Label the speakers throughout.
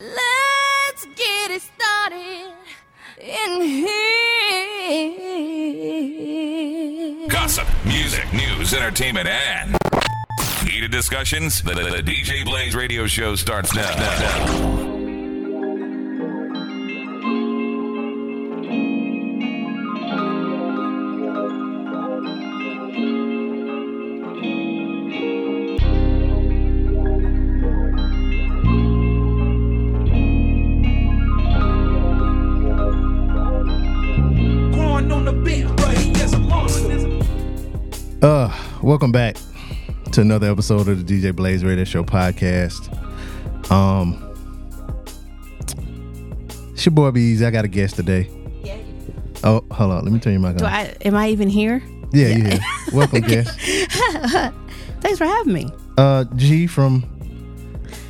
Speaker 1: Let's get it started in here.
Speaker 2: Gossip, music, news, entertainment, and heated discussions. The, the- the DJ Blaze radio show starts now.
Speaker 3: Corn on the bit, but he is a monster.
Speaker 4: Uh, welcome back to another episode of the DJ Blaze Radio Show podcast. Um, it's your boy Bees. I got a guest today. Oh, hold on. Let me turn your mic on.
Speaker 5: Do I, am I even here?
Speaker 4: yeah, you here. Welcome, guest.
Speaker 5: Thanks for having me.
Speaker 4: Uh, G from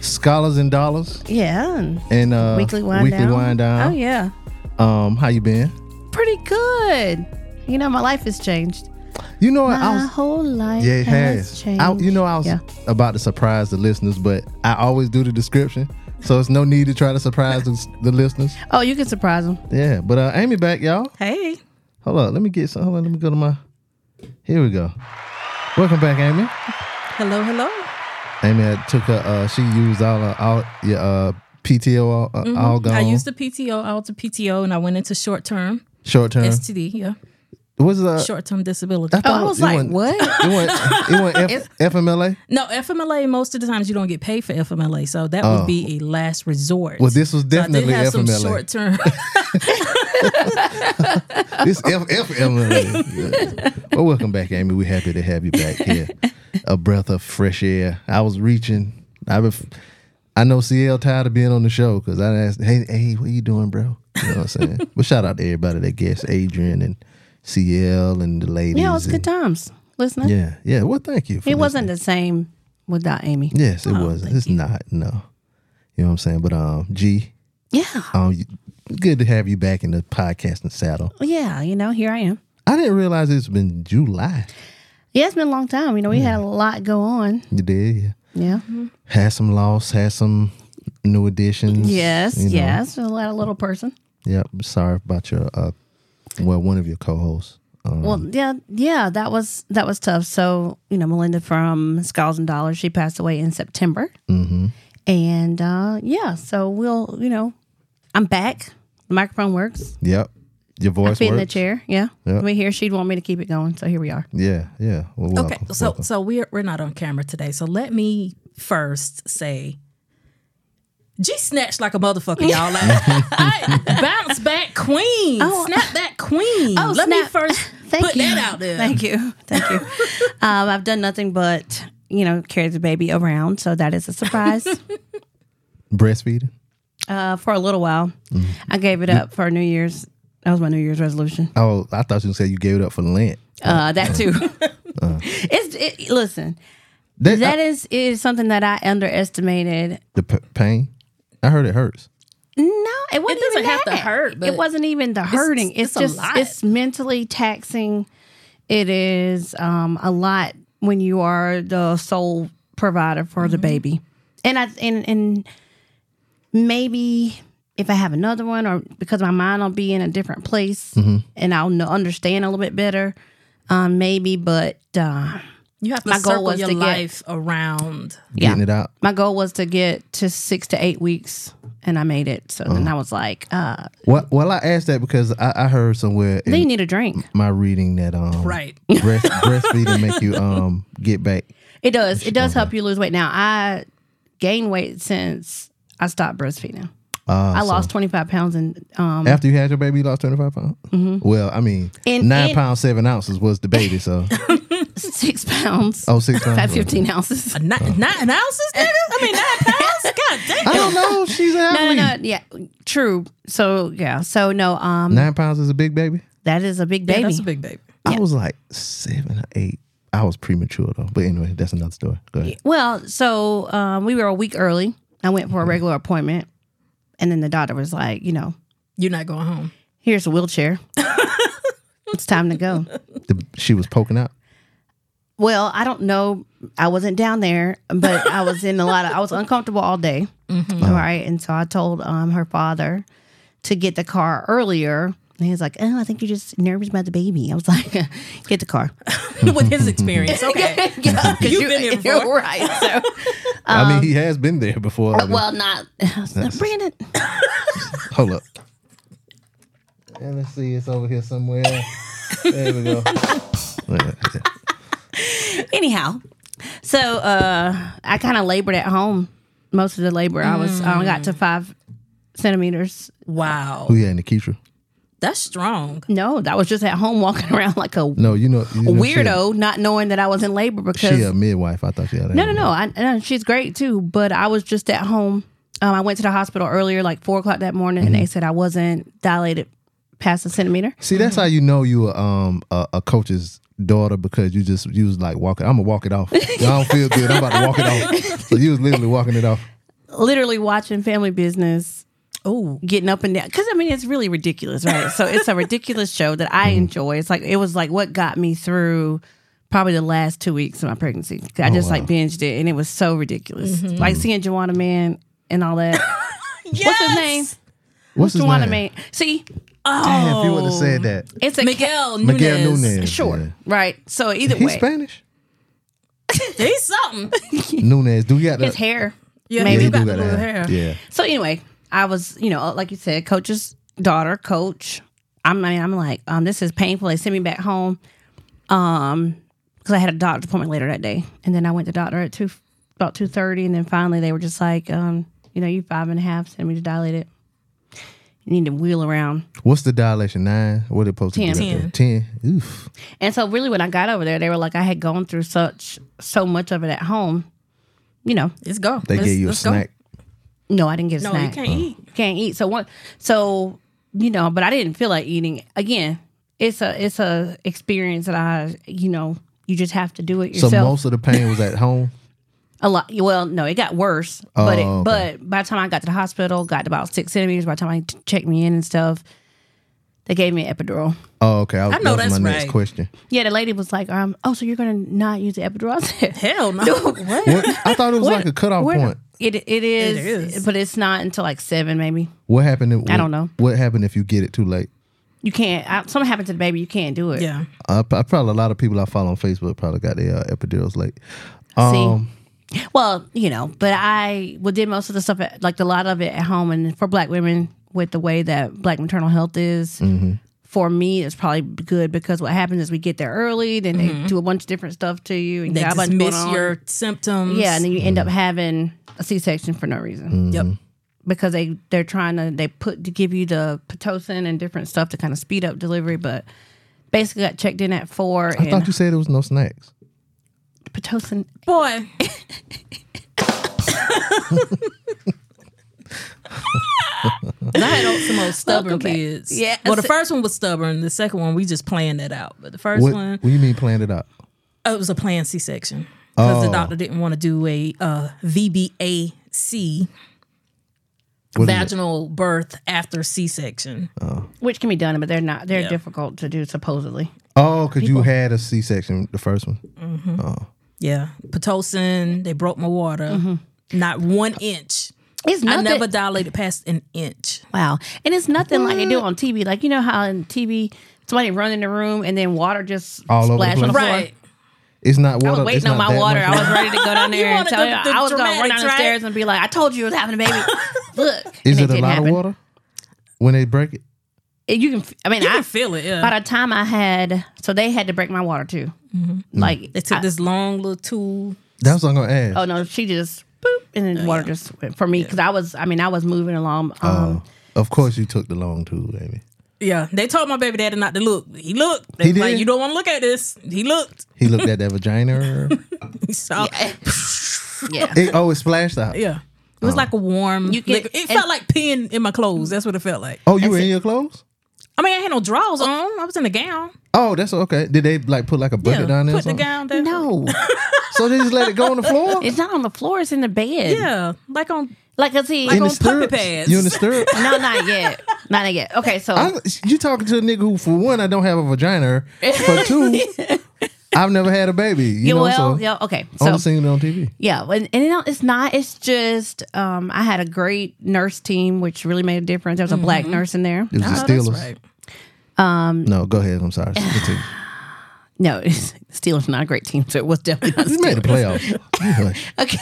Speaker 4: Scholars and Dollars
Speaker 5: Yeah. and
Speaker 4: and uh,
Speaker 5: weekly wind
Speaker 4: Weekly
Speaker 5: down.
Speaker 4: Wind Down.
Speaker 5: Oh yeah.
Speaker 4: Um, how you been?
Speaker 5: Pretty good. You know, my life has changed.
Speaker 4: You know, what?
Speaker 5: My
Speaker 4: I was
Speaker 5: whole life
Speaker 4: Yeah, it
Speaker 5: has,
Speaker 4: has.
Speaker 5: changed.
Speaker 4: I, you know, I was
Speaker 5: Yeah.
Speaker 4: about to surprise the listeners, but I always do the description, so it's no need to try to surprise the, the listeners.
Speaker 5: Oh, you can surprise them.
Speaker 4: Yeah, but uh, Amy back, y'all.
Speaker 5: Hey.
Speaker 4: Hold on, let me get some. Hold on, let me go to my. Here we go. Welcome back, Amy.
Speaker 5: Hello, hello.
Speaker 4: Amy I took her. Uh, she used all her, all your uh, PTO all, uh, all gone.
Speaker 6: Mm-hmm. I used the PTO, I was the PTO, and I went into short term
Speaker 4: short term. uh,
Speaker 6: STD. Yeah,
Speaker 4: What's the
Speaker 6: short term disability.
Speaker 5: Oh, I was like, what?
Speaker 4: You want, you want F, FMLA?
Speaker 6: No, FMLA. Most of the times you don't get paid for FMLA, so that would be a last resort.
Speaker 4: Oh. Well, this was
Speaker 6: So I did
Speaker 4: definitely
Speaker 6: have some
Speaker 4: FMLA.
Speaker 6: short term.
Speaker 4: This F F FMLA. Yeah. Well, welcome back, Amy. We're happy to have you back here. A breath of fresh air. I was reaching. I been, I know CL tired of being on the show because I asked, hey, hey, what you doing, bro? You know what I'm saying? but shout out to everybody that guessed Adrian and CL and the ladies.
Speaker 5: Yeah, it was good
Speaker 4: and-
Speaker 5: times. Listening.
Speaker 4: Yeah, yeah. Well, thank you. for
Speaker 5: It wasn't Oh,
Speaker 4: listening.
Speaker 5: the same without Amy.
Speaker 4: Yes, it wasn't. It's not. No. You know what I'm saying? But um, G,
Speaker 5: Yeah.
Speaker 4: um, you- good to have you back in the podcasting saddle.
Speaker 5: Yeah, you know, here I am.
Speaker 4: I didn't realize it's been July.
Speaker 5: Yeah, it's been a long time. You know, we had a lot go on.
Speaker 4: You did, yeah.
Speaker 5: Yeah.
Speaker 4: had some loss, had some new additions.
Speaker 5: Yes,
Speaker 4: you know.
Speaker 5: yes. A lot of little person.
Speaker 4: Yep. Sorry about your uh well, one of your co hosts. Um,
Speaker 5: Well, yeah, yeah, that was that was tough. So you know, Melinda from Skulls and Dollars, she passed away in September, mm-hmm. and uh, yeah, so we'll you know, I'm back. The microphone works.
Speaker 4: yep. Your
Speaker 5: I
Speaker 4: voice
Speaker 5: fit in the
Speaker 4: works.
Speaker 5: chair. Yeah,
Speaker 4: Yeah.
Speaker 5: we're here. She'd want me to keep it going, so here we are.
Speaker 4: Yeah, yeah. Well, welcome.
Speaker 6: okay, so
Speaker 4: welcome.
Speaker 6: so we're we're not on camera today. So let me first say. G snatched like a motherfucker, y'all. Like, I bounce back queen.
Speaker 5: Oh.
Speaker 6: snap that queen.
Speaker 5: Oh,
Speaker 6: Let me
Speaker 5: snap.
Speaker 6: first
Speaker 5: Thank
Speaker 6: put
Speaker 5: you.
Speaker 6: that out there.
Speaker 5: Thank you, thank you. um, I've done nothing but you know carry the baby around, so that is a surprise
Speaker 4: breastfeeding.
Speaker 5: uh, for a little while.
Speaker 4: Mm-hmm.
Speaker 5: I gave it up for New Year's. That was my New Year's resolution.
Speaker 4: Oh, I thought you said you gave it up for Lent.
Speaker 5: Uh, that too. it's it, listen.
Speaker 4: That,
Speaker 5: That
Speaker 4: I-
Speaker 5: is it is something that I underestimated.
Speaker 4: the p- pain. I heard it hurts.
Speaker 5: No, it wasn't
Speaker 6: doesn't
Speaker 5: even
Speaker 6: have to
Speaker 5: that.
Speaker 6: hurt, but
Speaker 5: it wasn't even the hurting. It's,
Speaker 6: it's a
Speaker 5: just
Speaker 6: lot.
Speaker 5: it's mentally taxing. It is um, a lot when you are the sole provider for
Speaker 6: Mm-hmm.
Speaker 5: the baby, and I and and maybe if I have another
Speaker 6: Mm-hmm.
Speaker 5: one, or because my mind will be in a different place, and I'll know, understand a little bit better. Um, maybe, but uh,
Speaker 6: You have to
Speaker 5: My goal
Speaker 6: circle
Speaker 5: was
Speaker 6: your
Speaker 5: to get-
Speaker 6: life around.
Speaker 5: yeah.
Speaker 4: Getting it out.
Speaker 5: my goal was to get to six to eight weeks, and I made it. So then I
Speaker 4: Uh-huh.
Speaker 5: was like, uh,
Speaker 4: Well, well, I asked that because I, I heard somewhere
Speaker 5: "Then you
Speaker 4: in
Speaker 5: need a drink."
Speaker 4: my reading that um
Speaker 6: Right.
Speaker 4: breast, breastfeeding make you um get back.
Speaker 5: It does. It does help you lose weight. Now I gained weight since I stopped breastfeeding.
Speaker 4: Uh,
Speaker 5: I
Speaker 4: so
Speaker 5: lost twenty five pounds and um,
Speaker 4: after you had your baby. You lost twenty five pounds. Well, I mean,
Speaker 5: Mm-hmm. And-
Speaker 4: nine
Speaker 5: and-
Speaker 4: pounds seven ounces was the baby. So
Speaker 5: six pounds.
Speaker 4: oh six pounds.
Speaker 5: About 15 ounces.
Speaker 6: Nine, nine ounces,
Speaker 5: Eh,
Speaker 6: nigga? I mean, nine pounds? God damn.
Speaker 4: I don't know. She's an
Speaker 5: No, no,
Speaker 4: athlete.
Speaker 5: no. Yeah, true. So, yeah. So, no, um,
Speaker 4: Nine pounds is a big baby.
Speaker 5: that is a big
Speaker 6: Yeah,
Speaker 5: baby.
Speaker 6: that's a big baby.
Speaker 4: I was like seven or eight. I was premature though. But anyway, that's another story. Go ahead.
Speaker 5: well, so um, we were a week early. I went
Speaker 4: Mm-hmm.
Speaker 5: for a regular appointment. And then the doctor was like, you know,
Speaker 6: You're not going home.
Speaker 5: here's a wheelchair. it's time to go.
Speaker 4: The, she was poking out.
Speaker 5: Well, I don't know. I wasn't down there, but I was in a lot of, I was uncomfortable all day. All right. And so I told um, her father to get the car earlier. And he's like, oh, I think you're just nervous about the baby. I was like, get the car.
Speaker 6: With his experience. Okay.
Speaker 5: Yeah, 'cause
Speaker 6: You've been here
Speaker 5: you're
Speaker 6: before.
Speaker 5: right. So,
Speaker 4: I mean, he has been there before. I mean,
Speaker 5: Um, oh, well, not Brandon.
Speaker 4: hold up. And let's see, it's over here somewhere. There we go. Yeah, yeah.
Speaker 5: Anyhow, so uh, I kind of labored at home most of the labor. I was I got to five centimeters.
Speaker 6: Wow.
Speaker 4: Who you had in the Keisha?
Speaker 6: That's strong.
Speaker 5: No, that was just at home walking around like a
Speaker 4: No, you know, you know she a-
Speaker 5: weirdo, not knowing that I was in labor
Speaker 4: She,
Speaker 5: because
Speaker 4: a midwife. I thought she had.
Speaker 5: no, no, no. I, no, she's great too, but I was just at home. Um, I went to the hospital earlier, like four o'clock that morning,
Speaker 4: Mm-hmm.
Speaker 5: and they said I wasn't dilated past a centimeter.
Speaker 4: See, that's how you know you are um a, a coach's daughter because you just you was like walking. I'm gonna walk it off. I don't feel good. I'm about to walk it off. So you was literally walking it off.
Speaker 5: Literally watching Family Business
Speaker 6: Oh,
Speaker 5: getting up and down because I mean it's really ridiculous, right? so it's a ridiculous show that I
Speaker 6: Mm.
Speaker 5: enjoy. It's like it was like what got me through probably the last two weeks of my pregnancy.
Speaker 6: Oh,
Speaker 5: I just like binged it and it was so ridiculous.
Speaker 6: Mm-hmm.
Speaker 5: Like seeing Joanna Man and all that.
Speaker 6: yes.
Speaker 5: What's his name?
Speaker 4: What's his
Speaker 5: Joanna
Speaker 4: name?
Speaker 5: Man. See,
Speaker 4: Damn, if you would have said that,
Speaker 5: it's a
Speaker 6: Miguel Nunez.
Speaker 4: Miguel Nunez.
Speaker 5: sure, right? So either
Speaker 4: yeah. He's
Speaker 5: way,
Speaker 4: Spanish.
Speaker 6: He's something.
Speaker 4: Nunez. Do you got the
Speaker 5: his hair.
Speaker 6: Yeah,
Speaker 4: Yeah,
Speaker 5: Maybe.
Speaker 6: he
Speaker 4: he
Speaker 6: got
Speaker 4: do
Speaker 6: the
Speaker 4: got
Speaker 6: blue
Speaker 4: a
Speaker 6: hair.
Speaker 4: hair. Yeah.
Speaker 5: So anyway, I was, you know, like you said, coach's daughter, coach. I'm, I mean, I'm like, um, this is painful. They sent me back home, um, because I had a doctor's appointment later that day, and then I went to doctor at two, about two thirty, and then finally they were just like, um, you know, you five and a half centimeters dilated. You need to wheel around.
Speaker 4: What's the dilation? Nine? What it supposed
Speaker 5: Ten.
Speaker 4: to be? Ten. Ten. Oof.
Speaker 5: And so really, when I got over there, they were like, I had gone through such so much of it at home. You know,
Speaker 6: Let's go.
Speaker 4: They
Speaker 6: Let's-
Speaker 4: gave you a
Speaker 6: let's go.
Speaker 4: snack.
Speaker 5: no, I didn't get a
Speaker 6: No,
Speaker 5: snack.
Speaker 6: you can't eat.
Speaker 5: can't eat. So one, so you know, but I didn't feel like eating. Again, it's a it's a experience that I, you know, you just have to do it
Speaker 4: So
Speaker 5: yourself.
Speaker 4: most of the pain was at home.
Speaker 5: a lot. Well, no, it got worse. But it,
Speaker 4: Oh, okay.
Speaker 5: but by the time I got to the hospital, got to about six centimeters. By the time I t- checked me in and stuff, they gave me an epidural.
Speaker 4: Oh, okay. I, was-
Speaker 6: I know
Speaker 4: that was
Speaker 6: that's
Speaker 4: my
Speaker 6: right.
Speaker 4: next question.
Speaker 5: Yeah, the lady was like, um, oh, so you're gonna not use the epidural? I said,
Speaker 6: Hell no. What?
Speaker 4: What, I thought it was like a cutoff
Speaker 5: Where-
Speaker 4: point.
Speaker 5: It, it is,
Speaker 6: is.
Speaker 5: but it's not until like seven maybe.
Speaker 4: What happened? If,
Speaker 5: I don't know.
Speaker 4: What happened if you get it too late?
Speaker 5: You can't. I, something happened to the baby. You can't do it.
Speaker 6: Yeah.
Speaker 4: I, I probably a lot of people I follow on Facebook probably got their uh, epidurals late.
Speaker 5: See?
Speaker 4: Um,
Speaker 5: Well, you know, but I well did most of the stuff, at, like a lot of it at home, and for Black women, with the way that Black maternal health is,
Speaker 4: Mm-hmm.
Speaker 5: for me, it's probably good because what happens is we get there early, then they do a bunch of different stuff to you, and
Speaker 6: Mm-hmm. They
Speaker 5: you got a bunch
Speaker 6: just
Speaker 5: going
Speaker 6: miss
Speaker 5: on.
Speaker 6: your symptoms.
Speaker 5: yeah, and then you end
Speaker 4: Mm-hmm.
Speaker 5: up having a C section for no reason
Speaker 6: Yep.
Speaker 5: because they they're trying to they put to give you the pitocin and different stuff to kind of speed up delivery, but basically got checked in at four
Speaker 4: I
Speaker 5: and
Speaker 4: thought you said there was no snacks.
Speaker 5: pitocin.
Speaker 6: Boy. And I had on some old stubborn
Speaker 5: Welcome back.
Speaker 6: kids.
Speaker 5: Yeah.
Speaker 6: Well, the first one was stubborn. The second one, we just planned that out. But the first
Speaker 4: What,
Speaker 6: one,
Speaker 4: what do you mean planned it out?
Speaker 6: oh, it was a planned C section because the
Speaker 4: Oh.
Speaker 6: doctor didn't want to do a uh, VBAC,
Speaker 4: What is it?
Speaker 6: vaginal birth after C section.
Speaker 5: Which can be done, but they're not. They're
Speaker 6: Yeah.
Speaker 5: difficult to do, supposedly.
Speaker 4: Oh, because you had a C section, the first one.
Speaker 6: Yeah. Pitocin, they broke my water.
Speaker 5: Mm-hmm.
Speaker 6: Not one inch.
Speaker 5: It's
Speaker 6: I
Speaker 5: nothing.
Speaker 6: never dilated past an inch.
Speaker 5: Wow. And it's nothing like they do on TV. Like, you know how in TV somebody run in the room and then water just
Speaker 4: All over the
Speaker 5: splashed on the
Speaker 4: place.
Speaker 5: floor.
Speaker 6: Right.
Speaker 4: It's not water.
Speaker 5: I was
Speaker 4: it's
Speaker 5: waiting on
Speaker 4: not
Speaker 5: my
Speaker 4: that
Speaker 5: water.
Speaker 4: much
Speaker 5: I was ready to go down there and
Speaker 6: wanted
Speaker 5: tell
Speaker 6: the-
Speaker 5: you.
Speaker 6: the
Speaker 5: I was going to run
Speaker 6: dramatics,
Speaker 5: down the
Speaker 6: right?
Speaker 5: stairs and be like, I told you it was happening, baby. Look.
Speaker 4: Is
Speaker 5: and
Speaker 4: it a
Speaker 5: didn't
Speaker 4: lot of
Speaker 5: happen.
Speaker 4: water when they break it?
Speaker 5: It- You can, f- I mean,
Speaker 6: You
Speaker 5: I,
Speaker 6: can feel it. Yeah.
Speaker 5: by the time I had, so they had to break my water too.
Speaker 4: Mm.
Speaker 5: Like,
Speaker 6: they took this long little tool.
Speaker 4: That's what I'm gonna ask.
Speaker 5: oh no, she just, boop, and then water just went for me. Cause I was, I mean, I was moving along. Um,
Speaker 4: Uh, Of course, you took the long tool, Amy.
Speaker 6: Yeah, they told my baby daddy not to look. He looked. They
Speaker 4: He
Speaker 6: was like
Speaker 4: did?
Speaker 6: you don't want to look at this. He looked.
Speaker 4: He looked at that vagina.
Speaker 6: He saw. Yeah,
Speaker 5: yeah.
Speaker 4: It oh, it splashed out.
Speaker 6: it
Speaker 4: Oh.
Speaker 6: was like a warm.
Speaker 5: You can-
Speaker 6: liquid. it
Speaker 5: and-
Speaker 6: felt like peeing in my clothes. That's what it felt like.
Speaker 4: Oh, you were in your clothes?
Speaker 6: I mean, I had no drawers on. I was in a gown.
Speaker 4: Oh, that's okay. Did they like put like a bucket
Speaker 6: Yeah,
Speaker 4: down there? or
Speaker 6: put the
Speaker 4: something?
Speaker 6: gown down.
Speaker 5: No,
Speaker 4: So they just let it go on the floor?
Speaker 5: it's not on the floor. It's in the bed.
Speaker 6: Yeah, like on. oh,
Speaker 5: Like, cause he,
Speaker 6: Like
Speaker 4: in the
Speaker 6: on puppy
Speaker 4: stirrups?
Speaker 6: pads.
Speaker 4: You in the stirrups?
Speaker 5: no, not yet. Not yet. Okay. So
Speaker 4: I, you talking to a nigga who, for one, I don't have a vagina. For two, I've never had a baby. You
Speaker 5: Yeah,
Speaker 4: know,
Speaker 5: well,
Speaker 4: so
Speaker 5: yeah, okay. So
Speaker 4: only seen it on TV.
Speaker 5: yeah, and, and you know, it's not. It's just um, I had a great nurse team, which really made a difference. There was a black nurse in there.
Speaker 4: It was
Speaker 6: Oh,
Speaker 4: the
Speaker 6: that's
Speaker 4: Steelers.
Speaker 6: right.
Speaker 4: No, go ahead. I'm sorry. Continue.
Speaker 5: No, it's, Steelers are not a great team, so it was definitely not
Speaker 4: You made the
Speaker 5: Steelers.
Speaker 4: playoffs. You hush.
Speaker 5: Okay.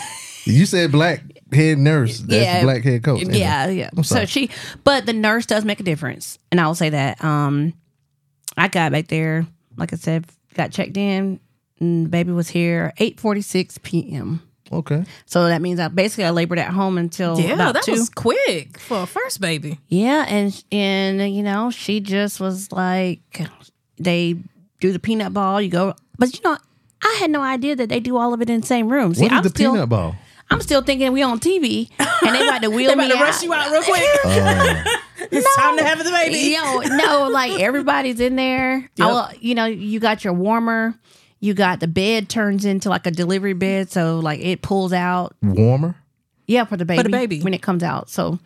Speaker 4: You said black head nurse. That's the black head coach. Anyway.
Speaker 5: Yeah, yeah.
Speaker 4: Oh, I'm
Speaker 5: So
Speaker 4: sorry.
Speaker 5: she, but the nurse does make a difference, and I will say that. Um, I got back there, like I said, got checked in, and baby was here eight forty six p.m.
Speaker 4: Okay.
Speaker 5: So that means I basically I labored at home until
Speaker 6: Yeah,
Speaker 5: about
Speaker 6: that
Speaker 5: two.
Speaker 6: was quick for a first baby.
Speaker 5: Yeah, and and uh, you know, she just was like, they do the peanut ball. You go, but you know, I had no idea that they do all of it in the same room. See,
Speaker 4: What is
Speaker 5: I'm
Speaker 4: the
Speaker 5: still,
Speaker 4: peanut ball?
Speaker 5: I'm still thinking we on TV, and they about to wheel
Speaker 6: They about
Speaker 5: me
Speaker 6: to rush you out real quick.
Speaker 4: Oh.
Speaker 6: it's time to have the baby.
Speaker 5: Yo, no, like everybody's in there. I will, you know, you got your warmer. You got the bed turns into like a delivery bed, so like it pulls out.
Speaker 4: Warmer?
Speaker 5: Yeah, for the baby.
Speaker 6: the baby.
Speaker 5: when it comes out. So,